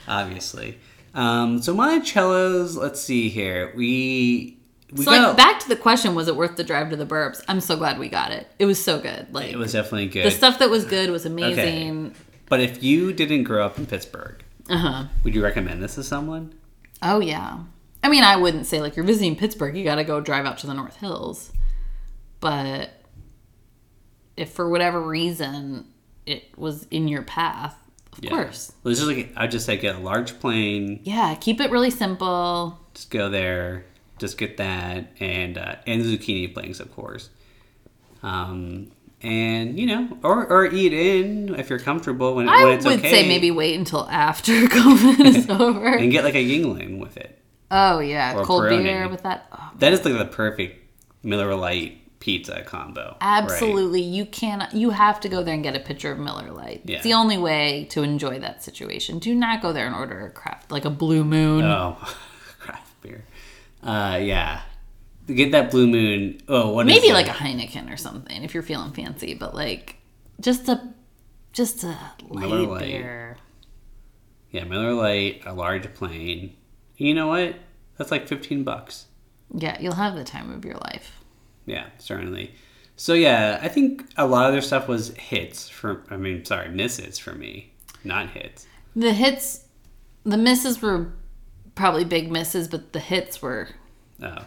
[SPEAKER 2] obviously. Um, so Monticello's. Let's see here. We we
[SPEAKER 3] [laughs] so
[SPEAKER 2] got
[SPEAKER 3] like back to the question: Was it worth the drive to the Burbs? I'm so glad we got it. It was so good. Like
[SPEAKER 2] it was definitely good.
[SPEAKER 3] the stuff that was good was amazing.
[SPEAKER 2] but if you didn't grow up in Pittsburgh,
[SPEAKER 3] Uh huh.
[SPEAKER 2] would you recommend this to someone?
[SPEAKER 3] Oh yeah. I mean, I wouldn't say like you're visiting Pittsburgh, you got to go drive out to the North Hills. But if for whatever reason it was in your path, of
[SPEAKER 2] Yeah.
[SPEAKER 3] course.
[SPEAKER 2] Well, it's just like I'd just say get a large plane.
[SPEAKER 3] Yeah, keep it really simple.
[SPEAKER 2] just go there, just get that, and uh, and zucchini flakes, of course. Um, and you know, or or eat in if you're comfortable when,
[SPEAKER 3] I
[SPEAKER 2] when it's
[SPEAKER 3] would
[SPEAKER 2] okay.
[SPEAKER 3] say maybe wait until after [laughs]
[SPEAKER 2] [laughs]
[SPEAKER 3] COVID is over.
[SPEAKER 2] and get like a Yingling with it.
[SPEAKER 3] Oh yeah,
[SPEAKER 2] Or
[SPEAKER 3] cold
[SPEAKER 2] Peroni.
[SPEAKER 3] beer with that. Oh,
[SPEAKER 2] That is like the perfect Miller Lite pizza combo. right?
[SPEAKER 3] Absolutely. You can you have to go there and get a pitcher of Miller Lite.
[SPEAKER 2] Yeah.
[SPEAKER 3] It's the only way to enjoy that situation. Do not go there and order a craft like a blue moon.
[SPEAKER 2] Oh, [laughs] craft beer. Uh, yeah. Get that Blue Moon. Oh, what is
[SPEAKER 3] Maybe
[SPEAKER 2] it?
[SPEAKER 3] like a Heineken or something if you're feeling fancy, but like just a just a
[SPEAKER 2] Miller
[SPEAKER 3] light
[SPEAKER 2] Lite.
[SPEAKER 3] beer.
[SPEAKER 2] Yeah, Miller Lite, a large plain. You know what? That's like 15 bucks.
[SPEAKER 3] Yeah, you'll have the time of your life.
[SPEAKER 2] Yeah, certainly. So yeah, I think a lot of their stuff was hits for I mean, sorry, misses for me, not hits.
[SPEAKER 3] The hits the misses were probably big misses, but the hits were
[SPEAKER 2] Oh,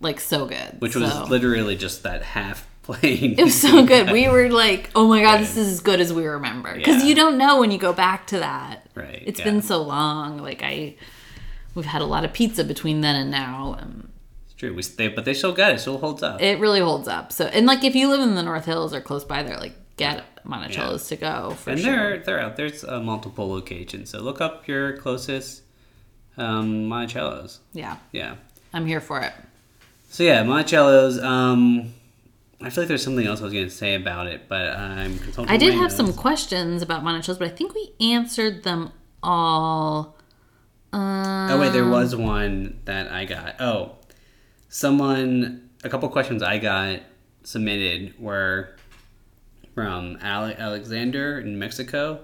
[SPEAKER 3] like so good.
[SPEAKER 2] which
[SPEAKER 3] so.
[SPEAKER 2] was literally just that half [laughs] plane.
[SPEAKER 3] It was
[SPEAKER 2] [laughs]
[SPEAKER 3] so good. We were like, oh my God, this is as good as we remember. Because
[SPEAKER 2] Yeah.
[SPEAKER 3] you don't know when you go back to that.
[SPEAKER 2] Right,
[SPEAKER 3] It's
[SPEAKER 2] yeah.
[SPEAKER 3] been so long. Like, I, we've had a lot of pizza between then and now. Um,
[SPEAKER 2] It's true. We, they, but they still got it. Still holds up.
[SPEAKER 3] it really holds up. So, and like, if you live in the North Hills or close by there, like, get Monticello's to go for
[SPEAKER 2] and
[SPEAKER 3] sure.
[SPEAKER 2] they're they're out. There's uh, multiple locations. So look up your closest um, Monticello's.
[SPEAKER 3] Yeah,
[SPEAKER 2] Yeah.
[SPEAKER 3] I'm here for it.
[SPEAKER 2] So yeah, Monticello's. Um, I feel like there's something else I was going to say about it, but I'm consulting.
[SPEAKER 3] I did
[SPEAKER 2] my
[SPEAKER 3] have some
[SPEAKER 2] notes.
[SPEAKER 3] questions about Monticello's, but I think we answered them all. Um,
[SPEAKER 2] Oh wait, there was one that I got. Oh, someone. A couple questions I got submitted were from Ale- Alexander in Mexico.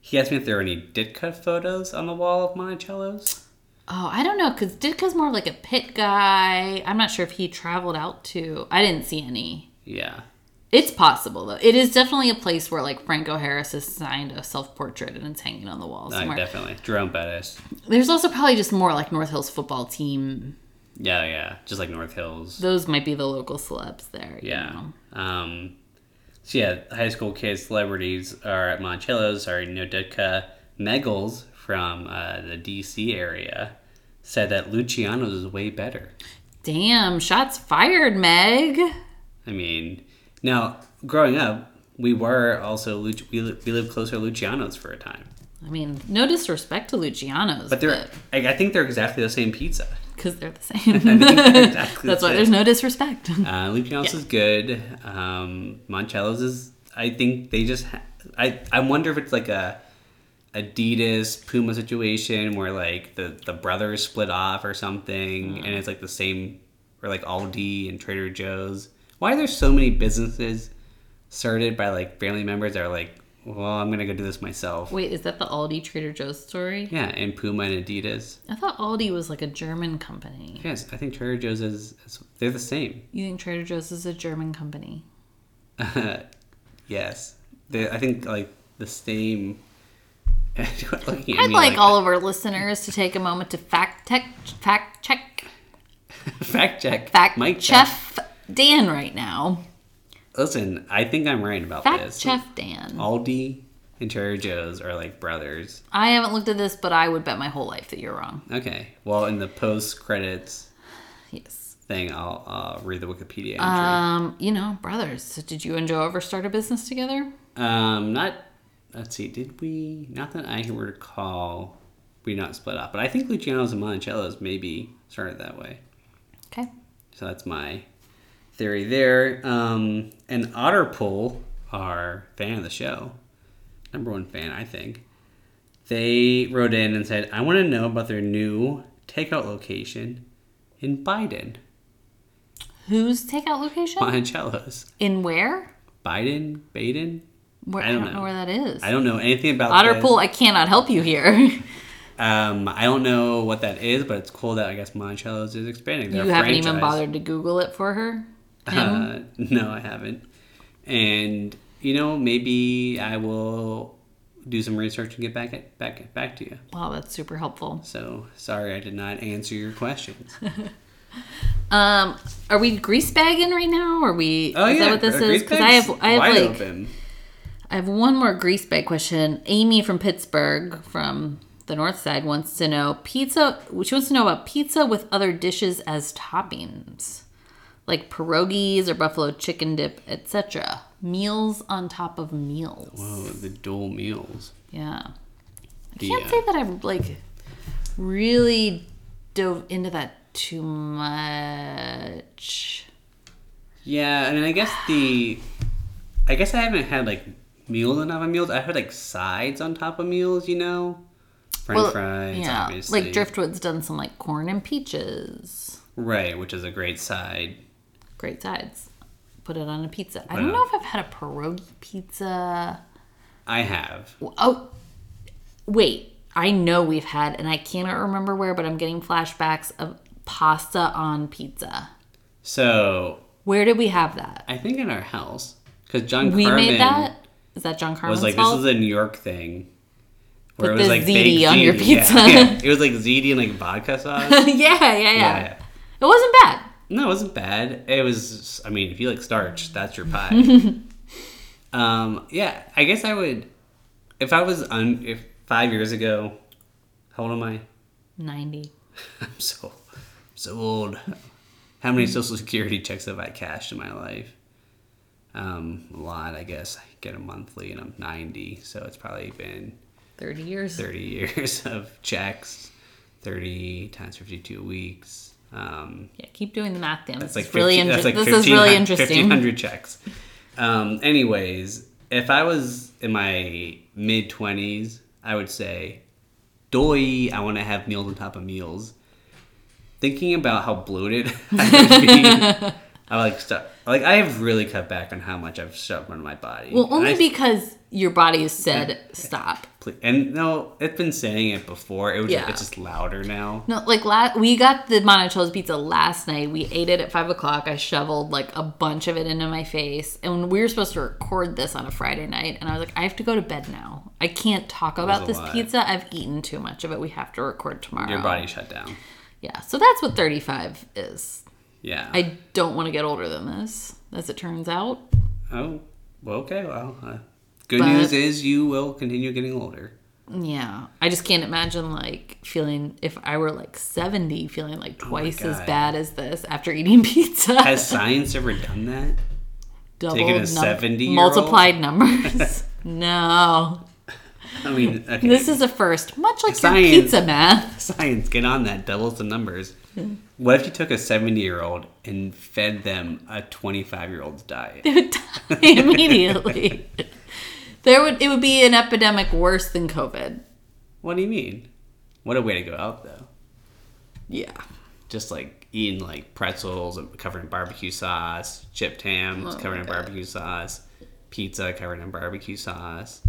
[SPEAKER 2] He asked me if there were any Ditka photos on the wall of Monticello's.
[SPEAKER 3] Oh, I don't know, because Ditka's more like a pit guy. I'm not sure if he traveled out to. I didn't see any.
[SPEAKER 2] Yeah,
[SPEAKER 3] It's possible, though. It is definitely a place where, like, Franco Harris has signed a self portrait and it's hanging on the wall
[SPEAKER 2] I
[SPEAKER 3] somewhere.
[SPEAKER 2] definitely Jerome Bettis.
[SPEAKER 3] There's also probably just more like North Hills football team.
[SPEAKER 2] Yeah, yeah, just like North Hills.
[SPEAKER 3] Those might be the local celebs there. you
[SPEAKER 2] Yeah.
[SPEAKER 3] know.
[SPEAKER 2] Um, so yeah, high school kids, celebrities are at Monticello's. Sorry, no Ditka. Megals from uh, the D.C. area said that Luciano's is way better.
[SPEAKER 3] Damn, shots fired, Meg.
[SPEAKER 2] I mean, now growing up, we were also Lu- we, li- we lived closer to Luciano's for a time,
[SPEAKER 3] I mean, no disrespect to Luciano's,
[SPEAKER 2] but they're I, I think they're exactly the same pizza.
[SPEAKER 3] because
[SPEAKER 2] [laughs]
[SPEAKER 3] they're the same.
[SPEAKER 2] they're
[SPEAKER 3] [laughs]
[SPEAKER 2] exactly
[SPEAKER 3] That's
[SPEAKER 2] the
[SPEAKER 3] why
[SPEAKER 2] same.
[SPEAKER 3] there's no disrespect.
[SPEAKER 2] Uh, Luciano's is good. Um, Monticello's is. I think they just. Ha- I I wonder if it's like a Adidas Puma situation where like the the brothers split off or something, and it's like the same or like Aldi and Trader Joe's. Why are there so many businesses started by like family members that are like, well, I'm gonna go do this myself.
[SPEAKER 3] Wait, is that the Aldi Trader Joe's story?
[SPEAKER 2] Yeah, and Puma and Adidas.
[SPEAKER 3] I thought Aldi was like a German company.
[SPEAKER 2] Yes, I think Trader Joe's is. is they're the same.
[SPEAKER 3] You think Trader Joe's is a German company?
[SPEAKER 2] [laughs] Yes, they, I think like the same. [laughs] Looking at
[SPEAKER 3] I'd
[SPEAKER 2] me
[SPEAKER 3] like all of our listeners to take a moment to fact check, fact check,
[SPEAKER 2] [laughs] fact check.
[SPEAKER 3] fact
[SPEAKER 2] Mike
[SPEAKER 3] Chef Dan right now.
[SPEAKER 2] Listen, I think I'm right about
[SPEAKER 3] Fact
[SPEAKER 2] this.
[SPEAKER 3] Chef Dan.
[SPEAKER 2] Oh. Aldi and Trader Joe's are like brothers.
[SPEAKER 3] I haven't looked at this, but I would bet my whole life that you're wrong.
[SPEAKER 2] Okay. Well, in the post credits
[SPEAKER 3] Yes.
[SPEAKER 2] thing, I'll uh, read the Wikipedia entry.
[SPEAKER 3] Um, you know, brothers. So did you and Joe ever start a business together?
[SPEAKER 2] um, not. Let's see. Did we? Not that I were to call. We not split up, but I think Luciano's and Monticello's maybe started that way.
[SPEAKER 3] Okay.
[SPEAKER 2] So that's my theory there. Um, and Otterpool are fan of the show, number one fan, I think. They wrote in and said, "I want to know about their new takeout location in Biden, [laughs]
[SPEAKER 3] Whose takeout location?
[SPEAKER 2] Monticello's,
[SPEAKER 3] In where?
[SPEAKER 2] Biden, Baden."
[SPEAKER 3] Where
[SPEAKER 2] I don't know.
[SPEAKER 3] where that is.
[SPEAKER 2] I don't know anything about this.
[SPEAKER 3] Otterpool, I cannot help you here. [laughs]
[SPEAKER 2] Um, I don't know what that is, but it's cool that I guess Monticello's is expanding. They're
[SPEAKER 3] you
[SPEAKER 2] a
[SPEAKER 3] haven't even
[SPEAKER 2] franchise.
[SPEAKER 3] bothered to Google it
[SPEAKER 2] [laughs]
[SPEAKER 3] for her. Him?
[SPEAKER 2] Uh, no, I haven't. And you know, maybe I will do some research and get back at, back back to you.
[SPEAKER 3] Wow, that's super helpful.
[SPEAKER 2] So sorry, I did not answer your
[SPEAKER 3] [laughs]
[SPEAKER 2] questions.
[SPEAKER 3] Um, are we grease bagging right now? Are we?
[SPEAKER 2] Oh
[SPEAKER 3] is
[SPEAKER 2] yeah,
[SPEAKER 3] that what this
[SPEAKER 2] the
[SPEAKER 3] is?
[SPEAKER 2] grease
[SPEAKER 3] I
[SPEAKER 2] bag's
[SPEAKER 3] have, I have
[SPEAKER 2] wide
[SPEAKER 3] like,
[SPEAKER 2] open.
[SPEAKER 3] I have one more grease bag question. Amy from Pittsburgh, from the North Side, wants to know pizza. She wants to know about pizza with other dishes as toppings, like pierogies or buffalo chicken dip, etc. Meals on top of meals.
[SPEAKER 2] Oh, the dual meals.
[SPEAKER 3] Yeah. I
[SPEAKER 2] The,
[SPEAKER 3] can't
[SPEAKER 2] uh,
[SPEAKER 3] say that I've like really dove into that too much.
[SPEAKER 2] Yeah, I mean, I guess the, I guess I haven't had like meals on top of meals. I had like sides on top of meals, you know, French fries,
[SPEAKER 3] yeah,
[SPEAKER 2] obviously.
[SPEAKER 3] like Driftwood's done some like corn and peaches,
[SPEAKER 2] Right, which is a great side.
[SPEAKER 3] great sides. Put it on a pizza. I don't know if I've had a pierogi pizza.
[SPEAKER 2] I have.
[SPEAKER 3] Oh, wait. I know we've had, and I cannot remember where, but I'm getting flashbacks of pasta on pizza.
[SPEAKER 2] So
[SPEAKER 3] Where did we have that?
[SPEAKER 2] I think in our house because John
[SPEAKER 3] We
[SPEAKER 2] Carmen
[SPEAKER 3] made that. Is that John Carmen's
[SPEAKER 2] was like,
[SPEAKER 3] fault?
[SPEAKER 2] this is a New York thing.
[SPEAKER 3] Put
[SPEAKER 2] Where
[SPEAKER 3] the
[SPEAKER 2] baked
[SPEAKER 3] ziti on your
[SPEAKER 2] ziti. Yeah, [laughs]
[SPEAKER 3] pizza.
[SPEAKER 2] yeah. It was like ziti and like vodka sauce. yeah,
[SPEAKER 3] [laughs] yeah, yeah, yeah,
[SPEAKER 2] yeah.
[SPEAKER 3] It wasn't bad.
[SPEAKER 2] No, it wasn't bad. It was, I mean, if you like starch, that's your
[SPEAKER 3] [laughs]
[SPEAKER 2] pie. um, yeah, I guess I would, if I was un, if five years ago, how old am I?
[SPEAKER 3] Ninety.
[SPEAKER 2] I'm so, so old. How many social security checks have I cashed in my life? Um, a lot, I guess. I get a monthly, and I'm 90, so it's probably been
[SPEAKER 3] 30 years.
[SPEAKER 2] 30 [laughs] years of checks, 30 times 52 weeks. Um,
[SPEAKER 3] Yeah, keep doing the math, damn.
[SPEAKER 2] That's
[SPEAKER 3] This
[SPEAKER 2] like
[SPEAKER 3] is really
[SPEAKER 2] 15
[SPEAKER 3] inter-
[SPEAKER 2] that's like
[SPEAKER 3] This is really
[SPEAKER 2] 1500
[SPEAKER 3] interesting.
[SPEAKER 2] 1500 checks. Um, anyways, if I was in my mid 20s, I would say, doy, I want to have meals on top of meals. Thinking about how bloated [laughs] I
[SPEAKER 3] [laughs]
[SPEAKER 2] would be, I like stuff. Like I have really cut back on how much I've shoved into my body.
[SPEAKER 3] Well, only
[SPEAKER 2] and I-
[SPEAKER 3] because your body has said stop.
[SPEAKER 2] ple- and no, it's been saying it before. It was
[SPEAKER 3] Yeah.
[SPEAKER 2] it's just louder now.
[SPEAKER 3] No, like la- we got the Monticello's pizza last night. We ate it at five o'clock. I shoveled like a bunch of it into my face, and we were supposed to record this on a Friday night. And I was like, I have to go to bed now. I can't talk about
[SPEAKER 2] a
[SPEAKER 3] this
[SPEAKER 2] lot.
[SPEAKER 3] pizza. I've eaten too much of it. We have to record tomorrow.
[SPEAKER 2] Your body shut down.
[SPEAKER 3] Yeah. So that's what thirty-five is.
[SPEAKER 2] Yeah.
[SPEAKER 3] I don't want to get older than this, as it turns out.
[SPEAKER 2] Oh, well, okay. Well, uh, good
[SPEAKER 3] But-
[SPEAKER 2] news is you will continue getting older.
[SPEAKER 3] Yeah. I just can't imagine like feeling if I were like 70 feeling like twice as
[SPEAKER 2] Oh God.
[SPEAKER 3] bad as this after eating [laughs] pizza.
[SPEAKER 2] Has science ever done that?
[SPEAKER 3] Doubled
[SPEAKER 2] taken a
[SPEAKER 3] num-
[SPEAKER 2] 70-year-old? [laughs]
[SPEAKER 3] multiplied numbers. no.
[SPEAKER 2] I
[SPEAKER 3] [laughs]
[SPEAKER 2] mean, okay.
[SPEAKER 3] This is a first, much like
[SPEAKER 2] Science.
[SPEAKER 3] your pizza
[SPEAKER 2] [laughs]
[SPEAKER 3] math.
[SPEAKER 2] science. Get on that. Doubles the numbers. What if you took a seventy-year-old and fed them a twenty-five-year-old's diet?
[SPEAKER 3] [laughs] It would die
[SPEAKER 2] [laughs]
[SPEAKER 3] immediately. there would it would be an epidemic worse than COVID.
[SPEAKER 2] What do you mean? What a way to go out, though.
[SPEAKER 3] Yeah.
[SPEAKER 2] Just like eating like pretzels covered in barbecue sauce, chipped ham
[SPEAKER 3] Oh,
[SPEAKER 2] covered
[SPEAKER 3] my
[SPEAKER 2] in
[SPEAKER 3] God.
[SPEAKER 2] barbecue sauce, pizza covered in barbecue sauce.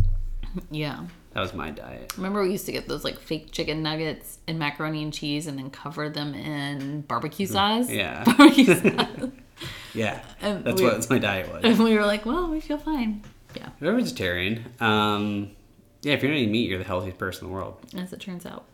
[SPEAKER 3] Yeah.
[SPEAKER 2] That was my diet.
[SPEAKER 3] Remember we used to get those like fake chicken nuggets and macaroni and cheese and then cover them in barbecue sauce?
[SPEAKER 2] Mm-hmm. Yeah.
[SPEAKER 3] [laughs]
[SPEAKER 2] [laughs]
[SPEAKER 3] Barbecue sauce.
[SPEAKER 2] Yeah,
[SPEAKER 3] Um,
[SPEAKER 2] that's
[SPEAKER 3] we-
[SPEAKER 2] what my diet was.
[SPEAKER 3] [laughs] And we were like, well, we feel fine. Yeah,
[SPEAKER 2] If you're vegetarian, um, yeah, if you're not eating meat, you're the healthiest person in the world.
[SPEAKER 3] as it turns out.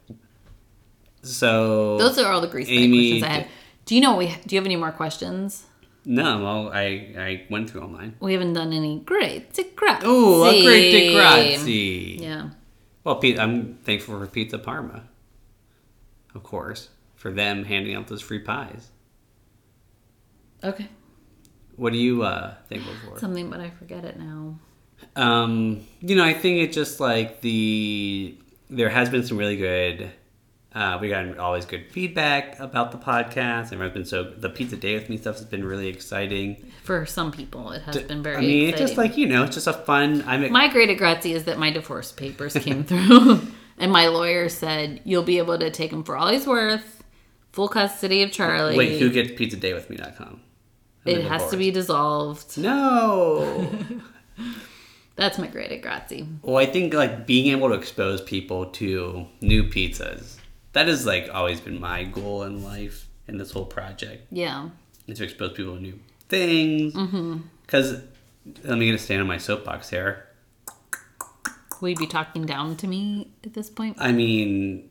[SPEAKER 2] So
[SPEAKER 3] Those are all the grease bag
[SPEAKER 2] Amy
[SPEAKER 3] questions I had.
[SPEAKER 2] did-
[SPEAKER 3] Do you know we do you have any more questions?
[SPEAKER 2] no, well, I I went through all mine.
[SPEAKER 3] We haven't done any great grazie.
[SPEAKER 2] Oh, a great degrazi.
[SPEAKER 3] Yeah.
[SPEAKER 2] Well, Pete, I'm thankful for Pizza Parma, of course, for them handing out those free pies.
[SPEAKER 3] Okay.
[SPEAKER 2] What are you uh, thankful for?
[SPEAKER 3] Something but I forget it now.
[SPEAKER 2] Um, you know, I think it's just like the there has been some really good. Uh, we gotten always good feedback about the podcast. Everyone's been so the pizza day with me stuff has been really exciting.
[SPEAKER 3] For some people it has been very
[SPEAKER 2] I mean, it's
[SPEAKER 3] exciting.
[SPEAKER 2] just like you know, it's just a fun. I'm
[SPEAKER 3] my great grazie is that my divorce papers came
[SPEAKER 2] [laughs]
[SPEAKER 3] through and my lawyer said you'll be able to take him for all he's worth, full custody of Charlie.
[SPEAKER 2] wait. Who gets pizza day with me.com?
[SPEAKER 3] it has to be dissolved. [laughs]
[SPEAKER 2] no.
[SPEAKER 3] That's my great grazie.
[SPEAKER 2] well, I think like being able to expose people to new pizzas. That has like always been my goal in life in this whole project
[SPEAKER 3] Yeah.
[SPEAKER 2] is to expose people to new things. Because let me get a stand on my soapbox here.
[SPEAKER 3] Will you be talking down to me at this point?
[SPEAKER 2] I mean,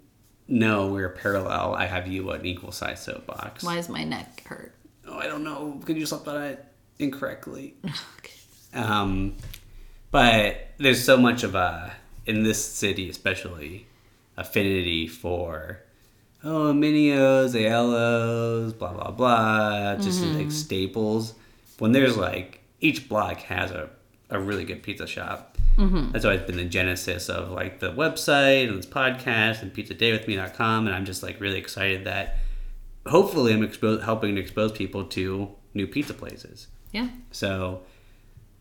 [SPEAKER 2] no, we're parallel. I have you an equal size soapbox.
[SPEAKER 3] Why is my neck hurt?
[SPEAKER 2] Oh, I don't know. Could you slept on it incorrectly?
[SPEAKER 3] Okay.
[SPEAKER 2] Um, but there's so much of a in this city, especially affinity for oh Minios, Aiellos, blah blah blah, just like staples. When there's like each block has a a really good pizza shop. That's always been the genesis of like the website and this podcast and pizzaDayWithMe.com, and I'm just like really excited that hopefully I'm expo- helping to expose people to new pizza places
[SPEAKER 3] Yeah.
[SPEAKER 2] So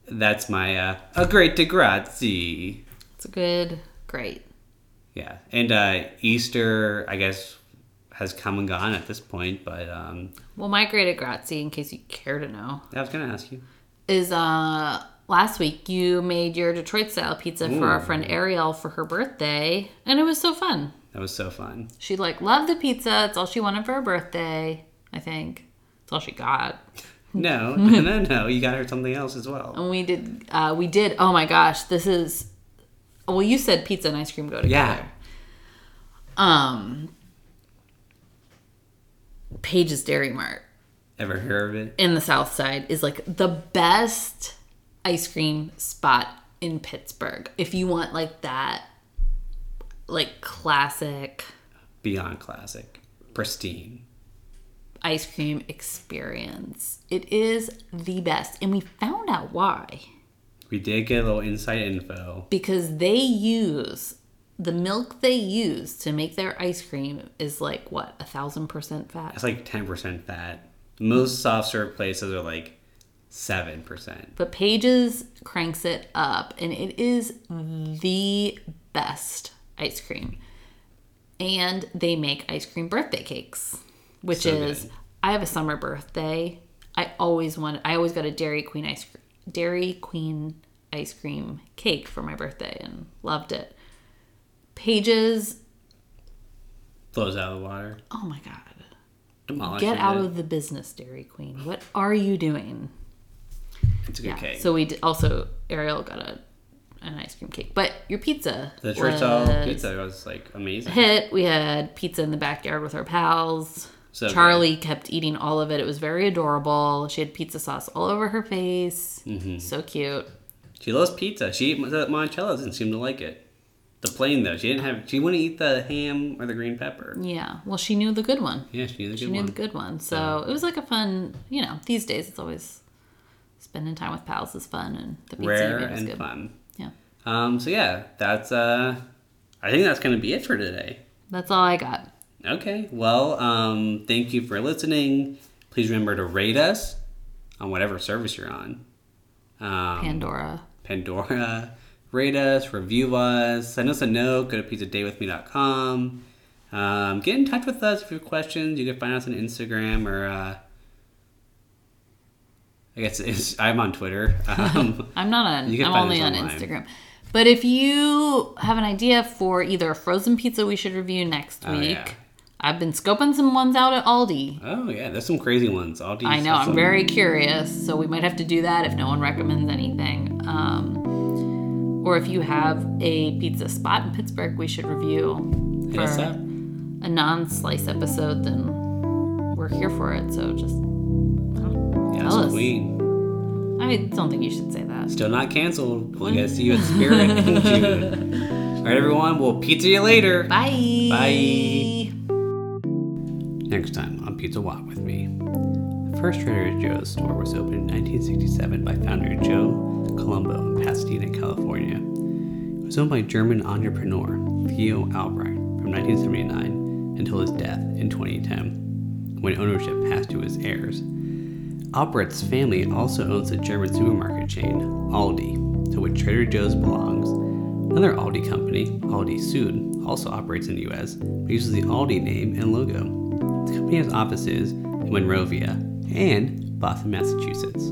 [SPEAKER 2] that's my uh, a great de grazie.
[SPEAKER 3] It's a good, great.
[SPEAKER 2] Yeah, and uh, Easter, I guess, has come and gone at this point. But um,
[SPEAKER 3] Well, my great at Grazie, in case you care to know,
[SPEAKER 2] I was gonna ask you.
[SPEAKER 3] is uh last week you made your Detroit style pizza for our friend Ariel for her birthday, and it was so fun.
[SPEAKER 2] That was so fun.
[SPEAKER 3] She like loved the pizza. It's all she wanted for her birthday, I think. It's all she got. Hmm. [laughs]
[SPEAKER 2] No, no, no. You got her something else as well.
[SPEAKER 3] And we did uh we did oh my gosh, this is well you said pizza and ice cream go together.
[SPEAKER 2] Yeah.
[SPEAKER 3] Um Page's Dairy Mart.
[SPEAKER 2] Ever hear of it?
[SPEAKER 3] in the South Side is like the best ice cream spot in Pittsburgh. If you want like that, like classic
[SPEAKER 2] Beyond classic, pristine.
[SPEAKER 3] ice cream experience, it is the best. And we found out why.
[SPEAKER 2] We did get a little inside info.
[SPEAKER 3] Because they use the milk they use to make their ice cream is like what, a thousand percent fat?
[SPEAKER 2] It's like ten percent fat. Most soft serve places are like seven percent.
[SPEAKER 3] But Pages cranks it up, and it is the best ice cream. And they make ice cream birthday cakes, which
[SPEAKER 2] So
[SPEAKER 3] is
[SPEAKER 2] good.
[SPEAKER 3] I have a summer birthday. I always want. I always got a Dairy Queen ice cr- Dairy Queen ice cream cake for my birthday, and loved it. Pages,
[SPEAKER 2] Blows out of the water.
[SPEAKER 3] oh my god,
[SPEAKER 2] Demolishing
[SPEAKER 3] get out
[SPEAKER 2] it.
[SPEAKER 3] of the business, Dairy Queen. What are you doing?
[SPEAKER 2] It's a good
[SPEAKER 3] Yeah.
[SPEAKER 2] cake.
[SPEAKER 3] So we d also Ariel got a an ice cream cake, but your pizza.
[SPEAKER 2] the church style
[SPEAKER 3] was
[SPEAKER 2] pizza was like amazing.
[SPEAKER 3] Hit. We had pizza in the backyard with our pals.
[SPEAKER 2] So good.
[SPEAKER 3] Charlie kept eating all of it. It was very adorable. She had pizza sauce all over her face.
[SPEAKER 2] Mm-hmm.
[SPEAKER 3] So cute.
[SPEAKER 2] She loves pizza. She ate the Monticello's and seemed to like it. The plain though, she didn't have. She wouldn't eat the ham or the green pepper.
[SPEAKER 3] Yeah. Well, she knew the good one.
[SPEAKER 2] Yeah, she knew the
[SPEAKER 3] She
[SPEAKER 2] good
[SPEAKER 3] knew
[SPEAKER 2] one.
[SPEAKER 3] the good one. So it was like a fun. You know, these days it's always spending time with pals is fun, and the pizza
[SPEAKER 2] Rare
[SPEAKER 3] you made was
[SPEAKER 2] and
[SPEAKER 3] good.
[SPEAKER 2] fun.
[SPEAKER 3] Yeah.
[SPEAKER 2] Um. So yeah, that's uh. I think that's gonna be it for today.
[SPEAKER 3] That's all I got.
[SPEAKER 2] Okay. Well, um, thank you for listening. Please remember to rate us on whatever service you're on. Um,
[SPEAKER 3] Pandora.
[SPEAKER 2] Pandora. Rate us, review us, send us a note, go to pizzaday.withme.com. Um, get in touch with us if you have questions. You can find us on Instagram or, uh, I guess it's, I'm on Twitter.
[SPEAKER 3] [laughs]
[SPEAKER 2] Um,
[SPEAKER 3] I'm not on.
[SPEAKER 2] You can
[SPEAKER 3] I'm
[SPEAKER 2] find
[SPEAKER 3] only
[SPEAKER 2] us
[SPEAKER 3] on
[SPEAKER 2] online.
[SPEAKER 3] Instagram. But if you have an idea for either a frozen pizza we should review next
[SPEAKER 2] Oh,
[SPEAKER 3] week,
[SPEAKER 2] yeah.
[SPEAKER 3] I've been scoping some ones out at Aldi.
[SPEAKER 2] oh, yeah, there's some crazy ones. All these
[SPEAKER 3] I know. I'm
[SPEAKER 2] awesome-
[SPEAKER 3] very curious, so we might have to do that if no one recommends anything. Um, or if you have a pizza spot in Pittsburgh we should review
[SPEAKER 2] Hit
[SPEAKER 3] for
[SPEAKER 2] us up.
[SPEAKER 3] a non-slice episode, then we're here for it. So just,
[SPEAKER 2] Yeah,
[SPEAKER 3] tell us.
[SPEAKER 2] Queen.
[SPEAKER 3] I don't think you should say that.
[SPEAKER 2] Still not canceled. We'll get to see you at Spirit
[SPEAKER 3] [laughs]
[SPEAKER 2] in June. All right, everyone. We'll pizza you later.
[SPEAKER 3] Bye.
[SPEAKER 2] Bye. Next time on Pizza Walk with me. The first Trader Joe's store was opened in 1967 by founder Joe Colombo in Pasadena, California. It was owned by German entrepreneur Theo Albrecht from 1979 until his death in 2010, when ownership passed to his heirs. Albrecht's family also owns the German supermarket chain Aldi, to which Trader Joe's belongs. Another Aldi company, Aldi Sud, also operates in the US, but uses the Aldi name and logo. The company has offices in Monrovia and Boston, Massachusetts.